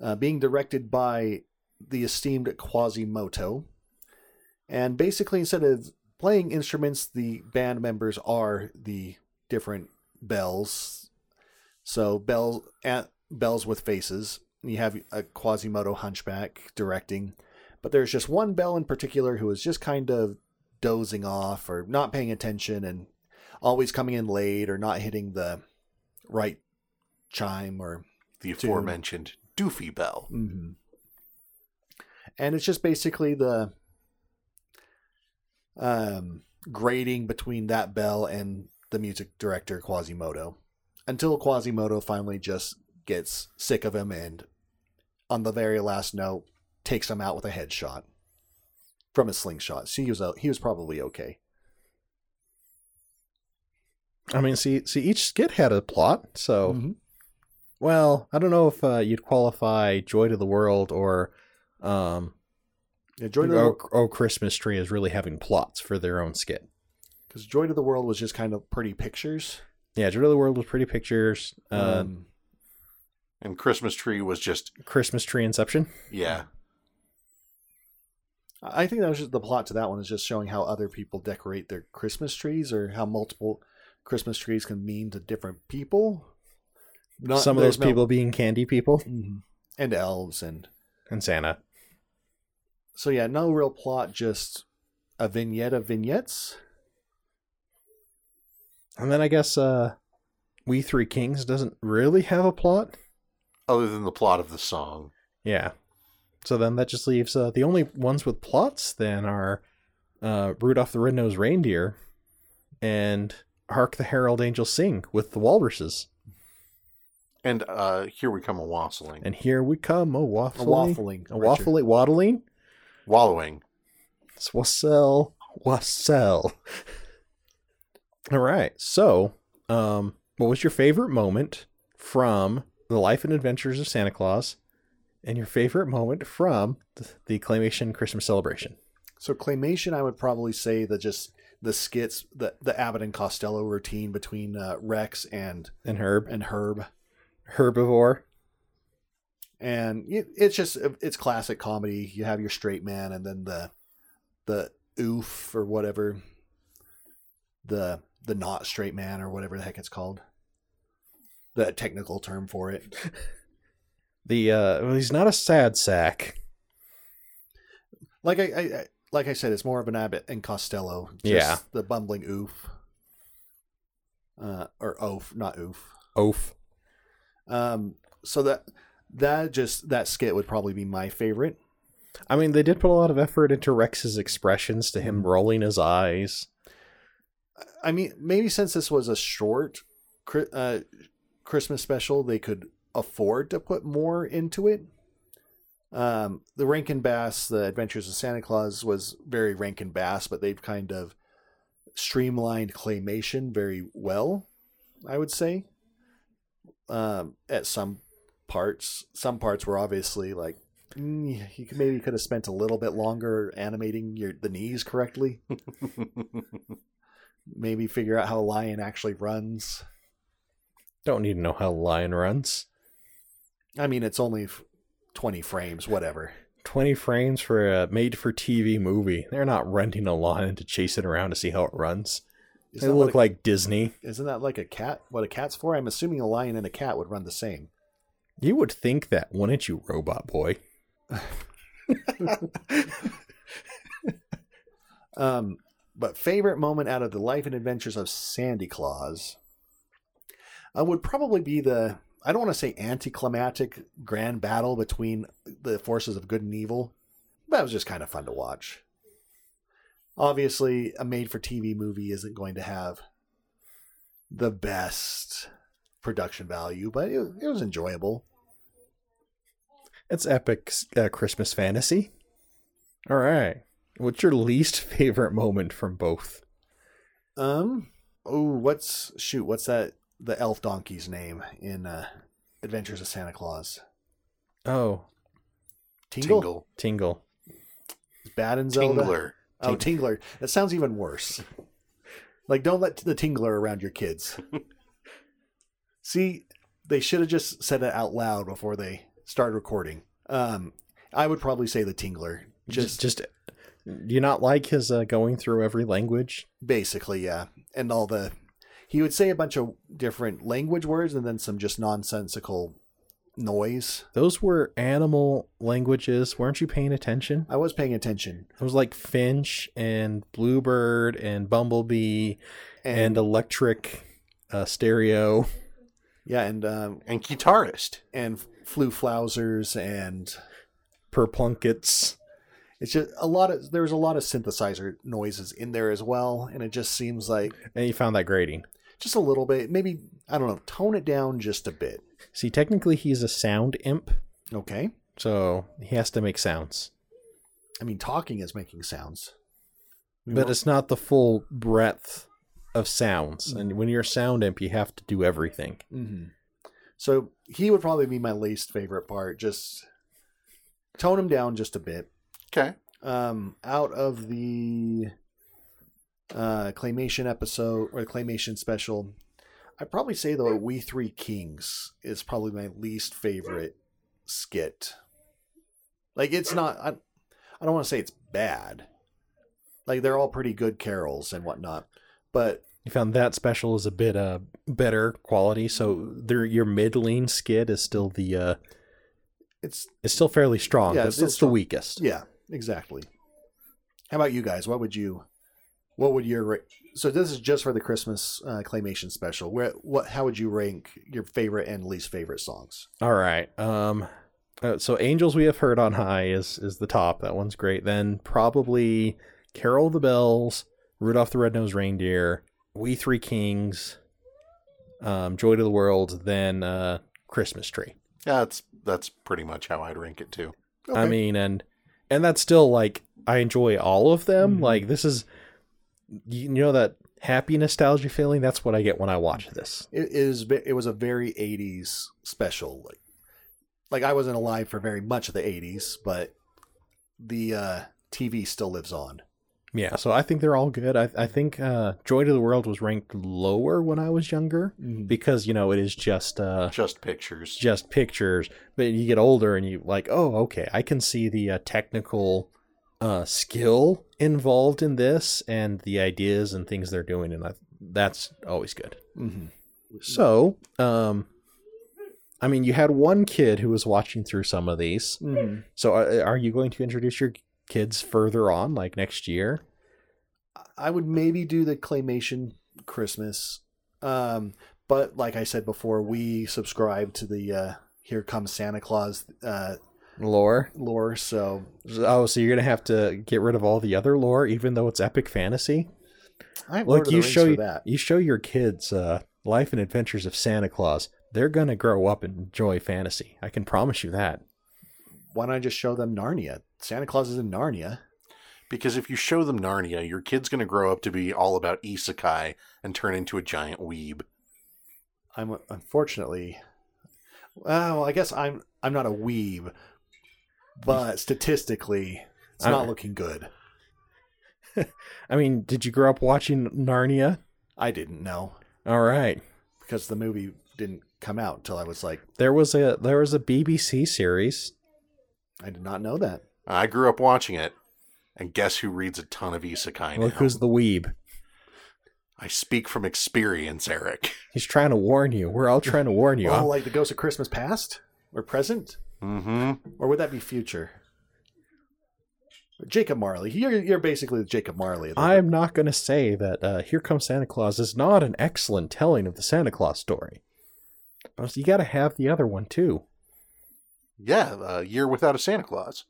Speaker 1: uh, being directed by the esteemed Quasimoto. And basically, instead of playing instruments, the band members are the different bells. So bells, at, bells with faces. You have a Quasimodo hunchback directing, but there's just one bell in particular who is just kind of dozing off or not paying attention and always coming in late or not hitting the right chime or
Speaker 2: The
Speaker 1: Dude.
Speaker 2: aforementioned Doofy Bell.
Speaker 1: hmm And it's just basically the um, grading between that bell and the music director Quasimodo, until Quasimodo finally just gets sick of him and, on the very last note, takes him out with a headshot from a slingshot. So he was out, he was probably okay.
Speaker 3: I mean, see, see, each skit had a plot. So,
Speaker 1: Mhm.
Speaker 3: well, I don't know if uh, you'd qualify "Joy to the World" or um,
Speaker 1: Yeah, Joy to the
Speaker 3: "Oh, oh Christmas Tree" as really having plots for their own skit.
Speaker 1: because Joy to the World was just kind of pretty pictures.
Speaker 3: Yeah, "Joy to the World" was pretty pictures. Uh,
Speaker 1: Um,
Speaker 2: And Christmas Tree was just,
Speaker 3: Christmas Tree Inception.
Speaker 2: yeah.
Speaker 1: I think that was just the plot to that one is just showing how other people decorate their Christmas trees or how multiple Christmas trees can mean to different people. Not-
Speaker 3: Some of those
Speaker 1: there's no-
Speaker 3: people being candy people
Speaker 1: Mhm. and elves and
Speaker 3: and Santa.
Speaker 1: so yeah, no real plot, just a vignette of vignettes.
Speaker 3: And then I guess uh, "We Three Kings" doesn't really have a plot.
Speaker 2: Other than the plot of the song.
Speaker 3: Yeah. So then that just leaves uh, the only ones with plots then are uh, Rudolph the Red-Nosed Reindeer and Hark the Herald Angels Sing with the Walruses.
Speaker 2: And uh, here we come a wassailing.
Speaker 3: And here we come, a waffling.
Speaker 1: A waffling,
Speaker 3: A waffling, waddling.
Speaker 2: Wallowing.
Speaker 3: It's Wassell, Wassell. All right. So, um, what was your favorite moment from The Life and Adventures of Santa Claus and your favorite moment from the, the Claymation Christmas Celebration?
Speaker 1: So claymation, I would probably say that just the skits, the the Abbott and Costello routine between uh, Rex and
Speaker 3: And Herb.
Speaker 1: and Herb.
Speaker 3: herbivore.
Speaker 1: and it, it's just uh, it's classic comedy. You have your straight man, and then the the oof or whatever the the not straight man or whatever the heck it's called. The technical term for it.
Speaker 3: The uh, well, he's not a sad sack.
Speaker 1: Like I, I, I like I said, it's more of an Abbott and Costello. Just
Speaker 3: Yeah.
Speaker 1: the bumbling oof. Uh, or oaf, not oof.
Speaker 3: Oaf.
Speaker 1: Um, so that that just that skit would probably be my favorite.
Speaker 3: I mean, they did put a lot of effort into Rex's expressions, to him rolling his eyes.
Speaker 1: I mean, maybe since this was a short Chri- uh, Christmas special, they could afford to put more into it. Um, the Rankin Bass, The Adventures of Santa Claus, was very Rankin Bass, but they've kind of streamlined claymation very well, I would say. Um, at some parts, some parts were obviously like mm, you could, maybe could have spent a little bit longer animating your the knees correctly maybe figure out how a lion actually runs.
Speaker 3: Don't need to know how a lion runs.
Speaker 1: I mean, it's only f- 20 frames, whatever.
Speaker 3: Twenty frames for a made-for-TV movie. They're not renting a lion to chase it around to see how it runs.
Speaker 1: Is
Speaker 3: They
Speaker 1: that what
Speaker 3: look
Speaker 1: a-
Speaker 3: like Disney.
Speaker 1: Isn't that like a cat? What a cat's for? I'm assuming a lion and a cat would run the same.
Speaker 3: You would think that, wouldn't you, Robot Boy?
Speaker 1: Um, but favorite moment out of the life and adventures of Sandy Claus uh, would probably be the I don't want to say anticlimactic grand battle between the forces of good and evil. That was just kind of fun to watch. Obviously, a made-for-TV movie isn't going to have the best production value, but it, it was enjoyable.
Speaker 3: It's epic uh, Christmas fantasy. All right. What's your least favorite moment from both?
Speaker 1: Um. Oh, what's shoot? What's that? The elf donkey's name in uh, Adventures of Santa Claus.
Speaker 3: Oh,
Speaker 1: Tingle.
Speaker 2: Tingle.
Speaker 3: Tingle.
Speaker 1: It's bad in Zelda.
Speaker 2: Tingler.
Speaker 1: Oh, Tingler. That sounds even worse. Like, don't let the Tingler around your kids. See, they should have just said it out loud before they started recording. Um, I would probably say the Tingler.
Speaker 3: Just,
Speaker 1: Just,
Speaker 3: just. Do you not like his uh, going through every language?
Speaker 1: basically, yeah. And all the. He would say a bunch of different language words and then some just nonsensical noise.
Speaker 3: Those were animal languages. Weren't you paying attention?
Speaker 1: I was paying attention.
Speaker 3: It was like finch and bluebird and bumblebee and,
Speaker 1: And,
Speaker 3: electric uh, stereo.
Speaker 1: yeah, and um,
Speaker 2: And guitarist.
Speaker 1: and flew flousers and
Speaker 3: Perplunkets.
Speaker 1: It's just a lot of there's a lot of synthesizer noises in there as well, and it just seems like
Speaker 3: And you found that grating.
Speaker 1: just a little bit, maybe I don't know, tone it down just a bit.
Speaker 3: See, technically, he's a sound imp,
Speaker 1: Okay,
Speaker 3: so he has to make sounds.
Speaker 1: I mean talking is making sounds, We
Speaker 3: But
Speaker 1: won't-
Speaker 3: it's not the full breadth of sounds. And when you're a sound imp, you have to do everything.
Speaker 1: Mhm. so he would probably be my least favorite part. Just tone him down just a bit.
Speaker 2: Okay.
Speaker 1: Um, out of the uh, claymation episode or claymation special, I'd probably say though We Three Kings is probably my least favorite skit. Like it's not. I, I don't want to say it's bad. Like they're all pretty good carols and whatnot, but
Speaker 3: You found that special is a bit uh, better quality, so their your middling skid is still the uh,
Speaker 1: it's
Speaker 3: it's still fairly strong,
Speaker 1: Yeah,
Speaker 3: but
Speaker 1: it's
Speaker 3: it's,
Speaker 1: still
Speaker 3: the
Speaker 1: strong.
Speaker 3: weakest.
Speaker 1: yeah, exactly. How about you guys? What would you? What would your ra- so this is just for the Christmas uh, claymation special. Where what? How would you rank your favorite and least favorite songs?
Speaker 3: All right. Um, uh, so angels we have heard on high is is the top. That one's great. Then probably Carol of the Bells, Rudolph the Red-Nosed Reindeer, We Three Kings, um, Joy to the World, then uh, Christmas Tree.
Speaker 2: Yeah, that's that's pretty much how I'd rank it too.
Speaker 3: I mean, and and that's still like I enjoy all of them.
Speaker 1: Mhm.
Speaker 3: Like this is, you know, that happy nostalgia feeling. That's what I get when I watch this.
Speaker 1: it is ve- it was a very 80s special like like i wasn't alive for very much of the 80s but the uh tv still lives on
Speaker 3: Yeah, so I think they're all good. I, I think uh, Joy to the World was ranked lower when I was younger because you know it is just uh,
Speaker 2: Just pictures.
Speaker 3: just pictures. But you get older and you like, oh, okay, I can see the uh, technical uh, skill involved in this and the ideas and things they're doing, and I, that's always good.
Speaker 1: mm-hmm.
Speaker 3: So, um, I mean, you had one kid who was watching through some of these.
Speaker 1: Mm-hmm.
Speaker 3: So, uh, are, are you going to introduce your kids further on, like next year?
Speaker 1: I would maybe do the claymation Christmas. Um, but like I said before, we subscribe to the uh, "Here Comes Santa Claus" uh,
Speaker 3: Lore.
Speaker 1: lore, so
Speaker 3: Oh, so you're gonna have to get rid of all the other lore, even though it's epic fantasy.
Speaker 1: I have Lord
Speaker 3: Look,
Speaker 1: of the
Speaker 3: you
Speaker 1: Rings
Speaker 3: show
Speaker 1: for
Speaker 3: you,
Speaker 1: that.
Speaker 3: you show your kids uh, life and adventures of Santa Claus. They're gonna grow up and enjoy fantasy. I can promise you that.
Speaker 1: Why don't I just show them Narnia? Santa Claus is in Narnia.
Speaker 2: Because if you show them Narnia, your kid's gonna grow up to be all about isekai and turn into a giant weeb.
Speaker 1: I'm unfortunately, uh, well, I guess I'm I'm not a weeb, but statistically, it's not
Speaker 3: I-
Speaker 1: looking good.
Speaker 3: I mean, did you grow up watching Narnia?
Speaker 1: I didn't know
Speaker 3: All right.
Speaker 1: because the movie didn't come out until I was like,
Speaker 3: There was a there was a BBC series
Speaker 1: I did not know that.
Speaker 2: I grew up watching it, and guess who reads a ton of isekai now?
Speaker 3: Look who's the weeb.
Speaker 2: I speak from experience, Eric.
Speaker 3: He's trying to warn you. We're all trying to warn you.
Speaker 1: Oh,
Speaker 3: I'm-
Speaker 1: like the Ghost of Christmas Past or present,
Speaker 2: Mm-hmm.
Speaker 1: or would that be future? Jacob Marley, you're you're basically Jacob Marley. of the
Speaker 3: I'm not going to say that uh, Here Comes Santa Claus is not an excellent telling of the Santa Claus story. But you got to have the other one too.
Speaker 2: Yeah, a year without a Santa Claus.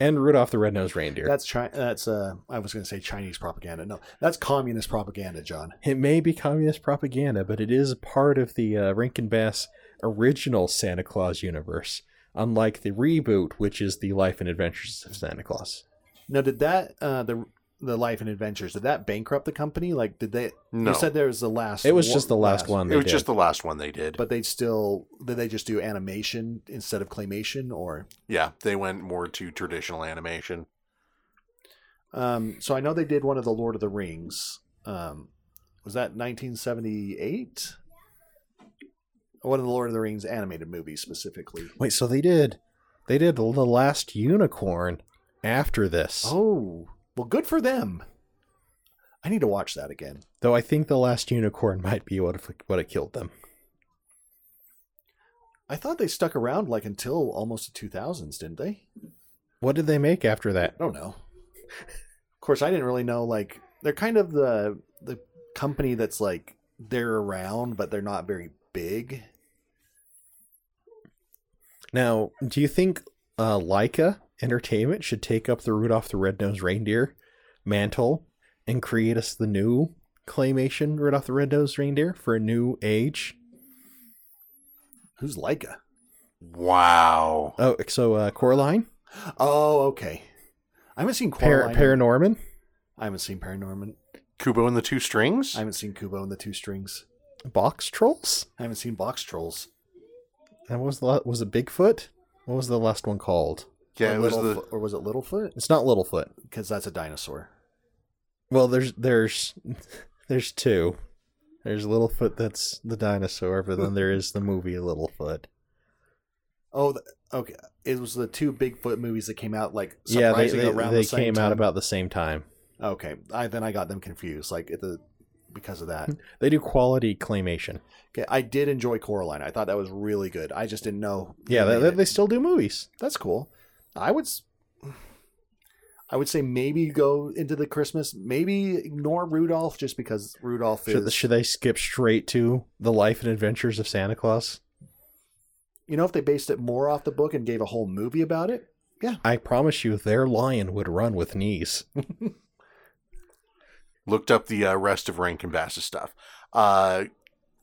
Speaker 3: And Rudolph the Red-Nosed Reindeer.
Speaker 1: That's Chi- that's uh, I was going to say Chinese propaganda. No, that's communist propaganda, John.
Speaker 3: it may be communist propaganda, but it is part of the uh, Rankin Bass original Santa Claus universe, unlike the reboot, which is the Life and Adventures of Santa Claus.
Speaker 1: Now, did that uh, the the life and adventures did that bankrupt the company? Like, did they?
Speaker 2: No.
Speaker 1: You said there was the last.
Speaker 3: It was
Speaker 1: one-
Speaker 3: just the last one. They
Speaker 2: it was
Speaker 3: did.
Speaker 2: just the last one they did.
Speaker 1: But they still did they just do animation instead of claymation or?
Speaker 2: yeah, they went more to traditional animation.
Speaker 1: Um, so I know they did one of the Lord of the Rings. Um, was that 1978? One of the Lord of the Rings animated movies specifically.
Speaker 3: Wait, so they did they did the last unicorn after this.
Speaker 1: Oh, well, good for them. I need to watch that again.
Speaker 3: Though I think the last unicorn might be what if, what it killed them.
Speaker 1: I thought they stuck around like until almost the 2000s, didn't they?
Speaker 3: What did they make after that?
Speaker 1: I don't know. of course, I didn't really know. Like they're kind of the the company that's like they're around, but they're not very big.
Speaker 3: Now, do you think uh, Leica Entertainment should take up the Rudolph the Red-Nosed Reindeer mantle and create us the new claymation Rudolph the Red-Nosed Reindeer for a new age?
Speaker 1: Who's Leica?
Speaker 2: Wow.
Speaker 3: Oh, so uh, Coraline,
Speaker 1: Oh, okay. I haven't seen
Speaker 3: Par-
Speaker 1: Coraline.
Speaker 3: Paranorman.
Speaker 1: I haven't seen Paranorman.
Speaker 2: Kubo and the Two Strings?
Speaker 1: I haven't seen Kubo and the Two Strings.
Speaker 3: Box Trolls?
Speaker 1: I haven't seen Box Trolls.
Speaker 3: And what was the la- was it Bigfoot? What was the last one called?
Speaker 2: yeah,
Speaker 1: or,
Speaker 2: it was the.
Speaker 1: Littlefoot- or was it Littlefoot?
Speaker 3: It's not Littlefoot.
Speaker 1: Because that's a dinosaur.
Speaker 3: Well, there's there's there's two. There's Littlefoot that's the dinosaur, but then there is the movie Littlefoot.
Speaker 1: Oh, th- okay. It was the two Bigfoot movies that came out like
Speaker 3: Yeah, they,
Speaker 1: surprisingly
Speaker 3: they,
Speaker 1: around
Speaker 3: they
Speaker 1: the same
Speaker 3: came out
Speaker 1: time.
Speaker 3: about the same time.
Speaker 1: Okay, I then I got them confused, like at the because of that.
Speaker 3: They do quality claymation.
Speaker 1: Okay, I did enjoy Coraline. I thought that was really good. I just didn't know. who
Speaker 3: Yeah, they,
Speaker 1: made
Speaker 3: they,
Speaker 1: it.
Speaker 3: they still do movies.
Speaker 1: that's cool. I would, s- I would say maybe go into the Christmas. Maybe ignore Rudolph just because Rudolph is.
Speaker 3: Should, should they skip straight to the life and adventures of Santa Claus?
Speaker 1: you know, if they based it more off the book and gave a whole movie about it,
Speaker 3: I promise you, their lion would run with knees.
Speaker 2: looked up the uh, rest of Rankin Bass's stuff. Uh,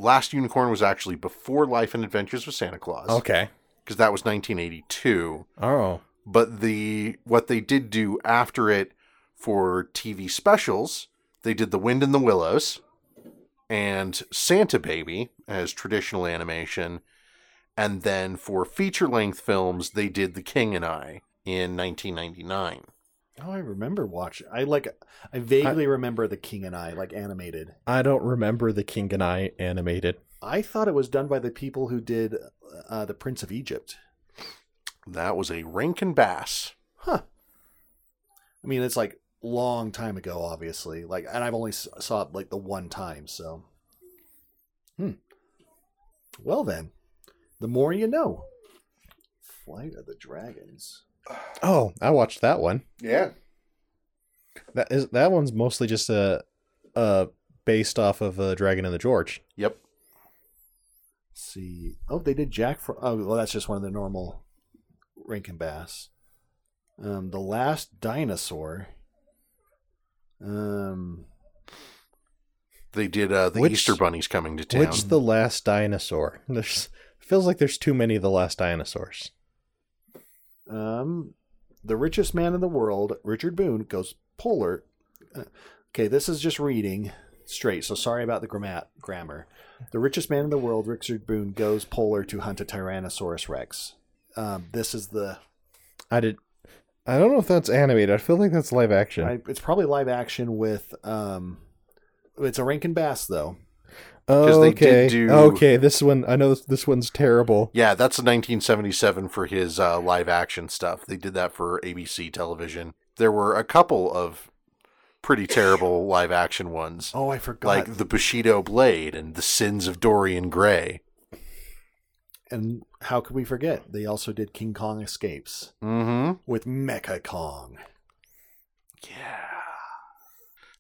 Speaker 2: Last Unicorn was actually before Life and Adventures with Santa Claus because
Speaker 3: Okay.
Speaker 2: that was 1982.
Speaker 3: Oh.
Speaker 2: But the what they did do after it for TV specials, they did The Wind in the Willows and Santa Baby as traditional animation, and then for feature length films, they did The King and I in 1999.
Speaker 1: oh, I remember watching. I like, I vaguely remember the King and I like animated.
Speaker 3: I don't remember the King and I animated.
Speaker 1: I thought it was done by the people who did uh, the Prince of Egypt.
Speaker 2: That was a Rankin Bass.
Speaker 1: huh i mean it's like long time ago obviously like and i've only s- saw it like the one time so hmm well then the more you know flight of the dragons
Speaker 3: Oh, I watched that one.
Speaker 2: Yeah,
Speaker 3: That is that one's mostly just a, uh, based off of uh, Dragon and the George.
Speaker 2: Yep.
Speaker 1: Let's see oh they did jack Fro- oh well that's just one of the normal rankin bass um the last dinosaur um
Speaker 2: They did uh, the
Speaker 3: Which-
Speaker 2: Easter Bunny's coming to town.
Speaker 3: Which the last dinosaur? There's feels like there's too many of the last dinosaurs.
Speaker 1: Um, the richest man in the world, Richard Boone, goes polar. uh, Okay, this is just reading straight, so sorry about the grammat, grammar. The richest man in the world, Richard Boone, goes polar to hunt a Tyrannosaurus Rex. Um, this is the.
Speaker 3: I did. I don't know if that's animated. I feel like that's live action.
Speaker 1: I, it's probably live action with. Um, it's a Rankin Bass though.
Speaker 3: oh,
Speaker 2: they
Speaker 3: okay.
Speaker 2: did do-
Speaker 3: Okay, this one. I know this, this one's terrible.
Speaker 2: yeah, that's 1977 for his uh, live action stuff. They did that for ABC television. There were a couple of pretty terrible live action ones,
Speaker 1: Oh, I forgot.
Speaker 2: like The Bushido Blade and The Sins of Dorian Gray.
Speaker 1: and how could we forget? They also did King Kong Escapes
Speaker 2: Mm hmm.
Speaker 1: with Mecha Kong.
Speaker 2: Yeah.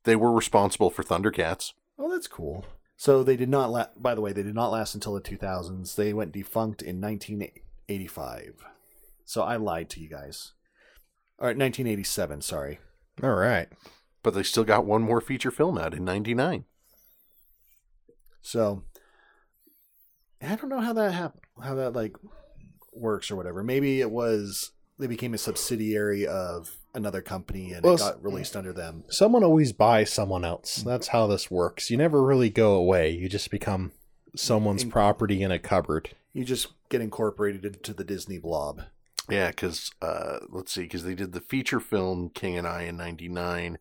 Speaker 2: They were responsible for Thundercats.
Speaker 1: Oh, that's cool. So they did not la- by the way, they did not last until the 2000s. They went defunct in 1985. So I lied to you guys. All right, 1987, sorry.
Speaker 3: All right.
Speaker 2: But they still got one more feature film out in 99.
Speaker 1: So I don't know how that happened, how that like works or whatever. Maybe it was they became a subsidiary of another company and
Speaker 3: Well,
Speaker 1: it
Speaker 3: s-
Speaker 1: got released under them.
Speaker 3: Someone always buys someone else. That's how this works. You never really go away. You just become someone's
Speaker 1: In-
Speaker 3: property in a cupboard.
Speaker 1: You just get incorporated into the Disney blob.
Speaker 2: Yeah, because uh, let's see, because they did the feature film King and I in '99,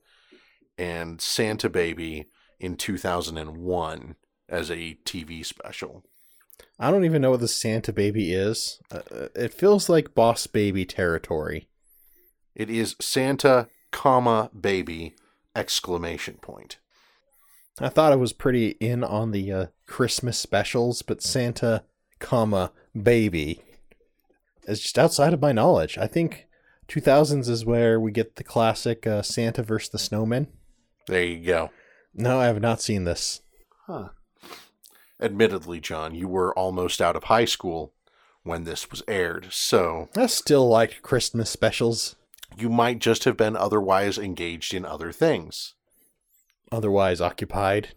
Speaker 2: and Santa Baby in 2001 as a TV special.
Speaker 3: I don't even know what the Santa baby is. Uh, uh, it feels like boss baby territory.
Speaker 2: It is Santa, comma Baby exclamation point.
Speaker 3: I thought I was pretty in on the uh, Christmas specials, but Santa, comma baby, is just outside of my knowledge. I think 2000s is where we get the classic uh, Santa versus the Snowman.
Speaker 2: There you go.
Speaker 3: No, I have not seen this.
Speaker 1: Huh.
Speaker 2: Admittedly, John, you were almost out of high school when this was aired, so
Speaker 3: I still like Christmas specials.
Speaker 2: you might just have been otherwise engaged in other things.
Speaker 3: otherwise occupied.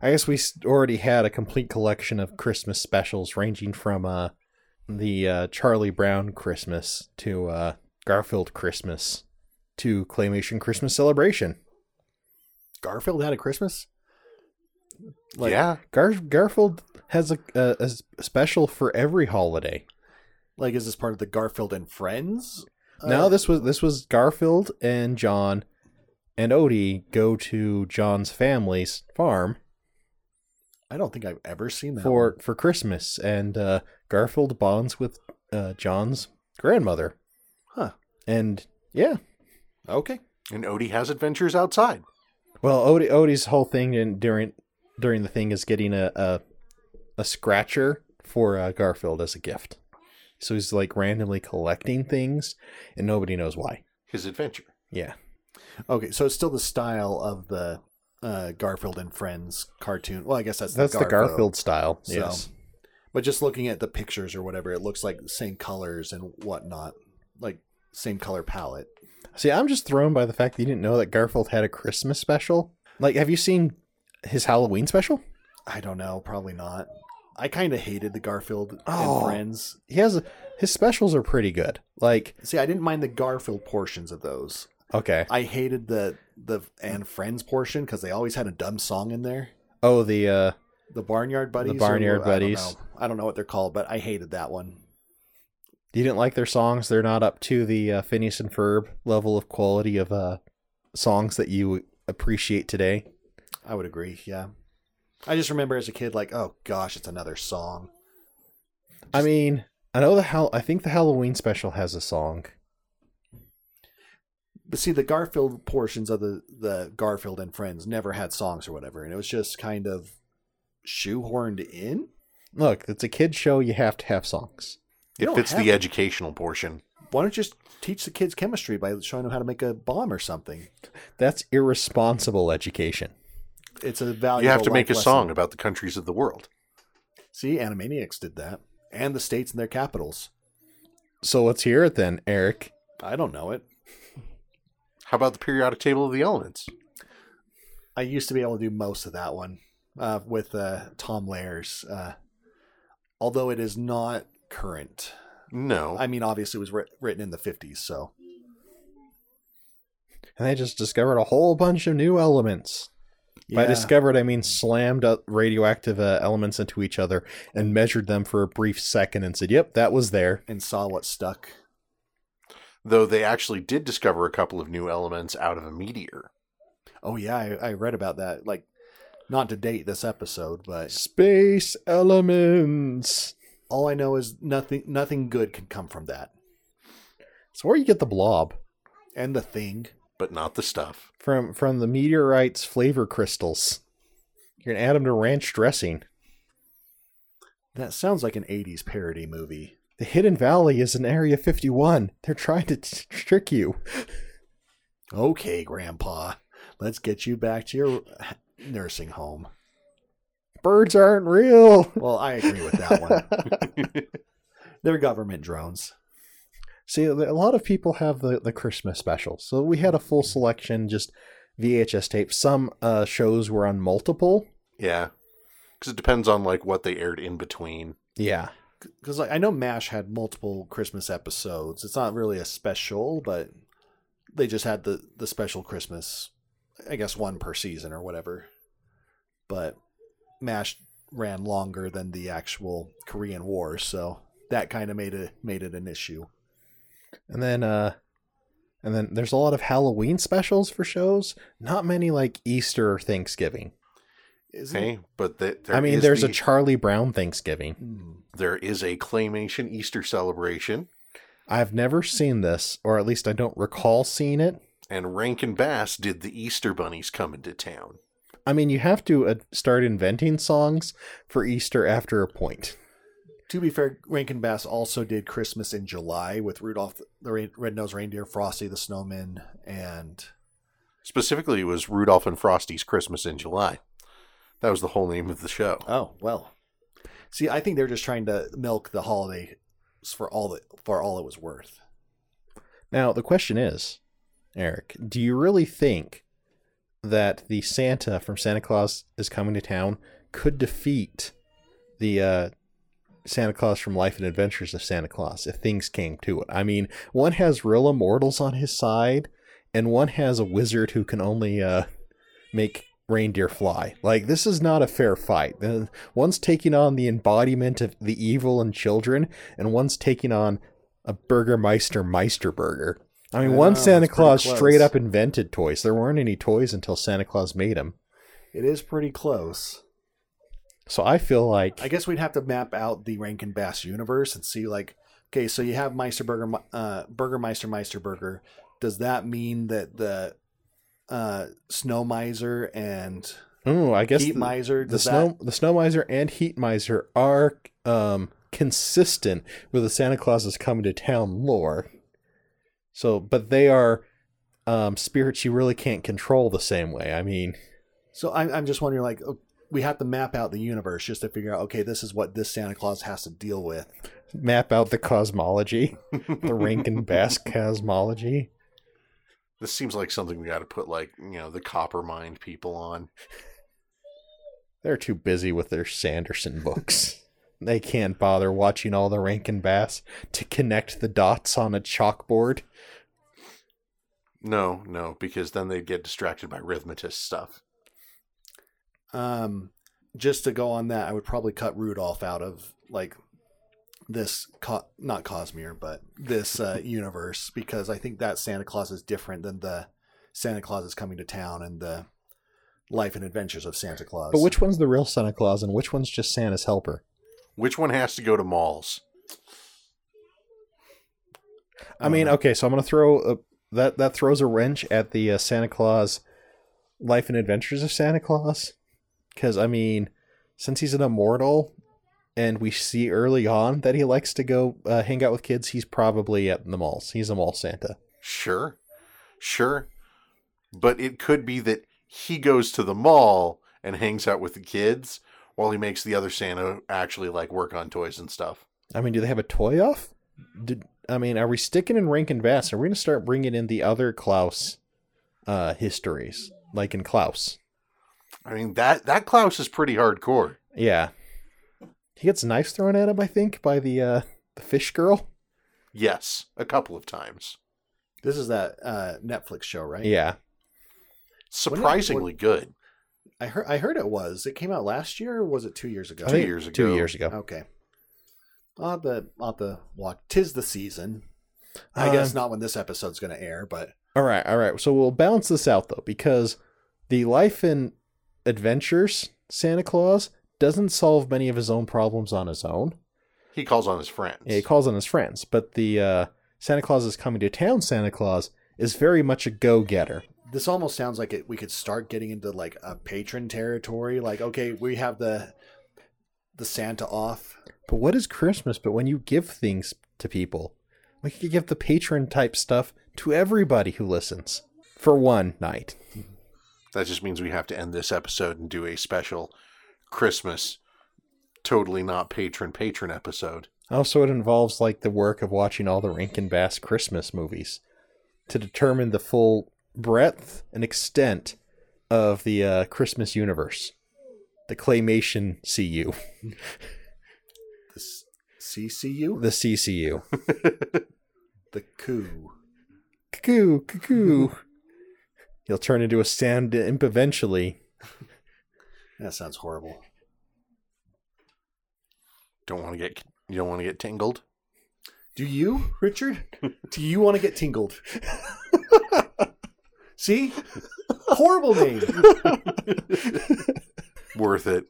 Speaker 3: I guess we s- already had a complete collection of Christmas specials, ranging from uh, the uh, Charlie Brown Christmas to uh, Garfield Christmas to Claymation Christmas Celebration.
Speaker 1: Garfield had a Christmas? Like-
Speaker 2: yeah,
Speaker 3: Gar- Garfield has a, a, a s- special for every holiday.
Speaker 1: Like, is this part of the Garfield and Friends?
Speaker 3: no,
Speaker 1: uh,
Speaker 3: this was this was Garfield and John and Odie go to John's family's farm
Speaker 1: I don't think I've ever seen that.
Speaker 3: for for Christmas, and uh, Garfield bonds with uh, John's grandmother.
Speaker 1: Huh.
Speaker 3: And yeah,
Speaker 1: one. Okay.
Speaker 2: and Odie has adventures outside.
Speaker 3: well, Odie, Odie's whole thing in, during during the thing is getting a a, a scratcher for uh, Garfield as a gift. So he's like randomly collecting things, and nobody knows why.
Speaker 2: His adventure.
Speaker 3: Yeah,
Speaker 1: Okay, so it's still the style of the uh, Garfield and Friends cartoon. Well, I guess that's
Speaker 3: that's the Garfield, style.
Speaker 1: So-
Speaker 3: Yes.
Speaker 1: But just looking at the pictures or whatever, it looks like the same colors and whatnot, like same color palette.
Speaker 3: See, I'm just thrown by the fact that you didn't know that Garfield had a Christmas special. Like, have you seen his Halloween special?
Speaker 1: I don't know, probably not. I kind of hated the Garfield
Speaker 3: Oh.
Speaker 1: and Friends.
Speaker 3: He has a, his specials are pretty good. Like,
Speaker 1: See, I didn't mind the Garfield portions of those.
Speaker 3: okay,
Speaker 1: I hated the the and Friends portion because they always had a dumb song in there.
Speaker 3: Oh, the uh
Speaker 1: The Barnyard Buddies. or-
Speaker 3: Barnyard
Speaker 1: I don't
Speaker 3: Buddies.
Speaker 1: know. I don't know what they're called, but I hated that one.
Speaker 3: you didn't like their songs. They're not up to the uh, Phineas and Ferb level of quality of uh songs that you appreciate today.
Speaker 1: I would agree. Yeah. I just remember as a kid, like, oh gosh, it's another song.
Speaker 3: I mean, I know the Hal- I think the Halloween special has a song.
Speaker 1: But see, the Garfield portions of the the Garfield and Friends never had songs or whatever, and it was just kind of shoehorned in.
Speaker 3: Look, it's a kid show. You have to have songs.
Speaker 1: You
Speaker 2: It
Speaker 1: don't
Speaker 2: fits
Speaker 1: have-
Speaker 2: the educational portion.
Speaker 1: Why don't you just teach the kids chemistry by showing them how to make a bomb or something?
Speaker 3: That's irresponsible education.
Speaker 1: It's a
Speaker 3: Oh,
Speaker 1: valuable.
Speaker 2: You have to make a
Speaker 1: life
Speaker 2: song
Speaker 1: lesson.
Speaker 2: about the countries of the world.
Speaker 1: See, Animaniacs did that, and the states and their capitals.
Speaker 3: So let's hear it then, Eric.
Speaker 1: I don't know it.
Speaker 2: How about the periodic table of the elements?
Speaker 1: I used to be able to do most of that one uh, with uh, Tom Lairs, uh, although it is not current.
Speaker 2: No.
Speaker 1: I mean, obviously, it was writ- written in the 50s, so
Speaker 3: And they just discovered a whole bunch of new elements. By
Speaker 1: Yeah.
Speaker 3: discovered, I mean slammed up radioactive uh, elements into each other and measured them for a brief second and said, "Yep, that was there."
Speaker 1: and saw what stuck.
Speaker 2: Though they actually did discover a couple of new elements out of a meteor.
Speaker 1: Oh yeah, I, I read about that. Like, not to date this episode, but
Speaker 3: Space elements.
Speaker 1: all I know is nothing. Nothing good can come from that.
Speaker 3: So where you get the blob
Speaker 1: And the thing.
Speaker 2: But not the stuff.
Speaker 3: from from the meteorite's flavor crystals. You're gonna add them to ranch dressing.
Speaker 1: That sounds like an 80s parody movie.
Speaker 3: The Hidden Valley is in Area 51. They're trying to t- trick you.
Speaker 1: Okay, Grandpa, let's get you back to your nursing home.
Speaker 3: Birds aren't real.
Speaker 1: Well, I agree with that one. They're government drones.
Speaker 3: See, a lot of people have the, the Christmas special. So we had a full selection, just VHS tapes. Some uh, shows were on multiple.
Speaker 2: Yeah. Because it depends on like what they aired in between.
Speaker 3: Yeah.
Speaker 1: Because like I know Mash had multiple Christmas episodes. It's not really a special, but They just had the the special Christmas, I guess one per season or whatever. But Mash ran longer than the actual Korean War, so that kind of made it made it an issue.
Speaker 3: And then uh and then there's a lot of Halloween specials for shows, not many like Easter or Thanksgiving.
Speaker 1: Isn't
Speaker 2: Okay, eh? but the, there
Speaker 3: I mean,
Speaker 2: is
Speaker 3: there's a
Speaker 2: the-
Speaker 3: Charlie Brown Thanksgiving.
Speaker 1: Hmm.
Speaker 2: there is a claymation Easter celebration,
Speaker 3: I've never seen this, or at least I don't recall seeing it.
Speaker 2: and Rankin Bass did the Easter bunnies come into town.
Speaker 3: I mean, you have to uh, start inventing songs for Easter after a point.
Speaker 1: To be fair, Rankin Bass also did Christmas in July with Rudolph the Re- Red-Nosed Reindeer, Frosty the Snowman, and
Speaker 2: Specifically, it was Rudolph and Frosty's Christmas in July. That was the whole name of the show.
Speaker 1: oh well. See, I think they're just trying to milk the holidays for all the for all it was worth.
Speaker 3: Now, the question is, Eric, do you really think that the Santa from Santa Claus is coming to town could defeat the uh, Santa Claus from Life and Adventures of Santa Claus if things came to it? I mean, one has real immortals on his side, and one has a wizard who can only uh, make reindeer fly. Like, this is not a fair fight. Uh, One's taking on the embodiment of the evil in children, and one's taking on a Burgermeister Meister burger. I mean,
Speaker 1: I
Speaker 3: one
Speaker 1: know,
Speaker 3: Santa
Speaker 1: it's pretty
Speaker 3: Claus
Speaker 1: close.
Speaker 3: straight up invented toys. There weren't any toys until Santa Claus made them.
Speaker 1: It is pretty close.
Speaker 3: So I feel like
Speaker 1: I guess we'd have to map out the Rankin Bass universe and see like, okay, so you have Meisterburger, uh, Burgermeister Meisterburger. Does that mean that the uh, Snow Miser and
Speaker 3: oh, I guess
Speaker 1: Heat
Speaker 3: the,
Speaker 1: Miser
Speaker 3: the
Speaker 1: does
Speaker 3: snow the snow miser and heat miser are um, consistent with the Santa Claus is coming to town lore. So, but they are um, spirits you really can't control the same way. I mean,
Speaker 1: So I'm, I'm just wondering, like, oh, we have to map out the universe just to figure out, okay, this is what this Santa Claus has to deal with.
Speaker 3: map out the cosmology, the Rankin Bass cosmology.
Speaker 2: This seems like something we got to put, like, you know, the copper mind people on.
Speaker 3: They're too busy with their Sanderson books. they can't bother watching all the Rankin Bass to connect the dots on a chalkboard.
Speaker 2: No, no, because then they'd get distracted by rhythmatist stuff.
Speaker 1: Um, just to go on that, I would probably cut Rudolph out of like this, co- not Cosmere, but this uh, universe because I think that Santa Claus is different than the Santa Claus is coming to town and the life and adventures of Santa Claus.
Speaker 3: But which one's the real Santa Claus and which one's just Santa's helper?
Speaker 2: Which one has to go to malls?
Speaker 3: I mean,
Speaker 1: Um, Uh-huh.
Speaker 3: okay, so I'm gonna throw a, that that throws a wrench at the uh, Santa Claus life and adventures of Santa Claus, because I mean, since he's an immortal, and we see early on that he likes to go uh, hang out with kids, he's probably at the malls. He's a mall Santa.
Speaker 2: Sure, sure. But it could be that he goes to the mall and hangs out with the kids while he makes the other Santa actually like work on toys and stuff.
Speaker 3: I mean, do they have a toy off? Did I mean, are we sticking in Rankin Bass? Are we gonna start bringing in the other Klaus uh, histories, like in Klaus?
Speaker 2: I mean that that Klaus is pretty hardcore.
Speaker 3: Yeah. He gets knives thrown at him, I think, by the uh the fish girl.
Speaker 2: Yes, a couple of times.
Speaker 1: this is that uh, Netflix show, right?
Speaker 3: Yeah.
Speaker 2: Surprisingly good.
Speaker 1: I heard. I heard it was. It came out last year, or was it two years ago?
Speaker 3: I
Speaker 2: Two
Speaker 3: think
Speaker 2: years ago. Oh.
Speaker 3: Two years ago.
Speaker 1: Okay. I'll have to, I'll have to watch. Tis the season. I guess
Speaker 3: Um,
Speaker 1: not when this episode's going to air, but
Speaker 3: All right, all right. So we'll balance this out though, because the life and adventures Santa Claus doesn't solve many of his own problems on his own.
Speaker 2: He calls on his friends.
Speaker 3: Yeah, he calls on his friends, but the uh, Santa Claus is coming to town. Santa Claus is very much a go-getter.
Speaker 1: this almost sounds like it, we could start getting into like a patron territory. Like, okay, we have the the Santa off.
Speaker 3: But what is Christmas? But when you give things to people, we could give the patron type stuff to everybody who listens for one night.
Speaker 2: that just means we have to end this episode and do a special Christmas totally not patron patron episode.
Speaker 3: Also, it involves like the work of watching all the Rankin Bass Christmas movies to determine the full breadth and extent of the uh, Christmas universe. The claymation CU,
Speaker 1: This CCU,
Speaker 3: the CCU,
Speaker 1: the coup.
Speaker 3: cuckoo, cuckoo. He'll turn into a sand imp eventually.
Speaker 1: That sounds horrible.
Speaker 2: Don't want to get you don't want to get tingled.
Speaker 1: Do you, Richard? Do you want to get tingled? See? Horrible name.
Speaker 2: Worth it.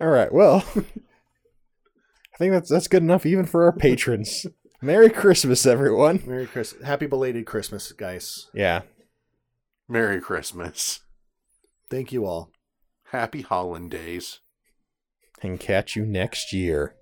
Speaker 3: All right, well, I think that's that's good enough even for our patrons. Merry Christmas, everyone.
Speaker 1: Merry Christmas. Happy belated Christmas, guys.
Speaker 3: Yeah,
Speaker 2: Merry Christmas.
Speaker 1: Thank you all.
Speaker 2: Happy Holland days.
Speaker 3: and catch you next year.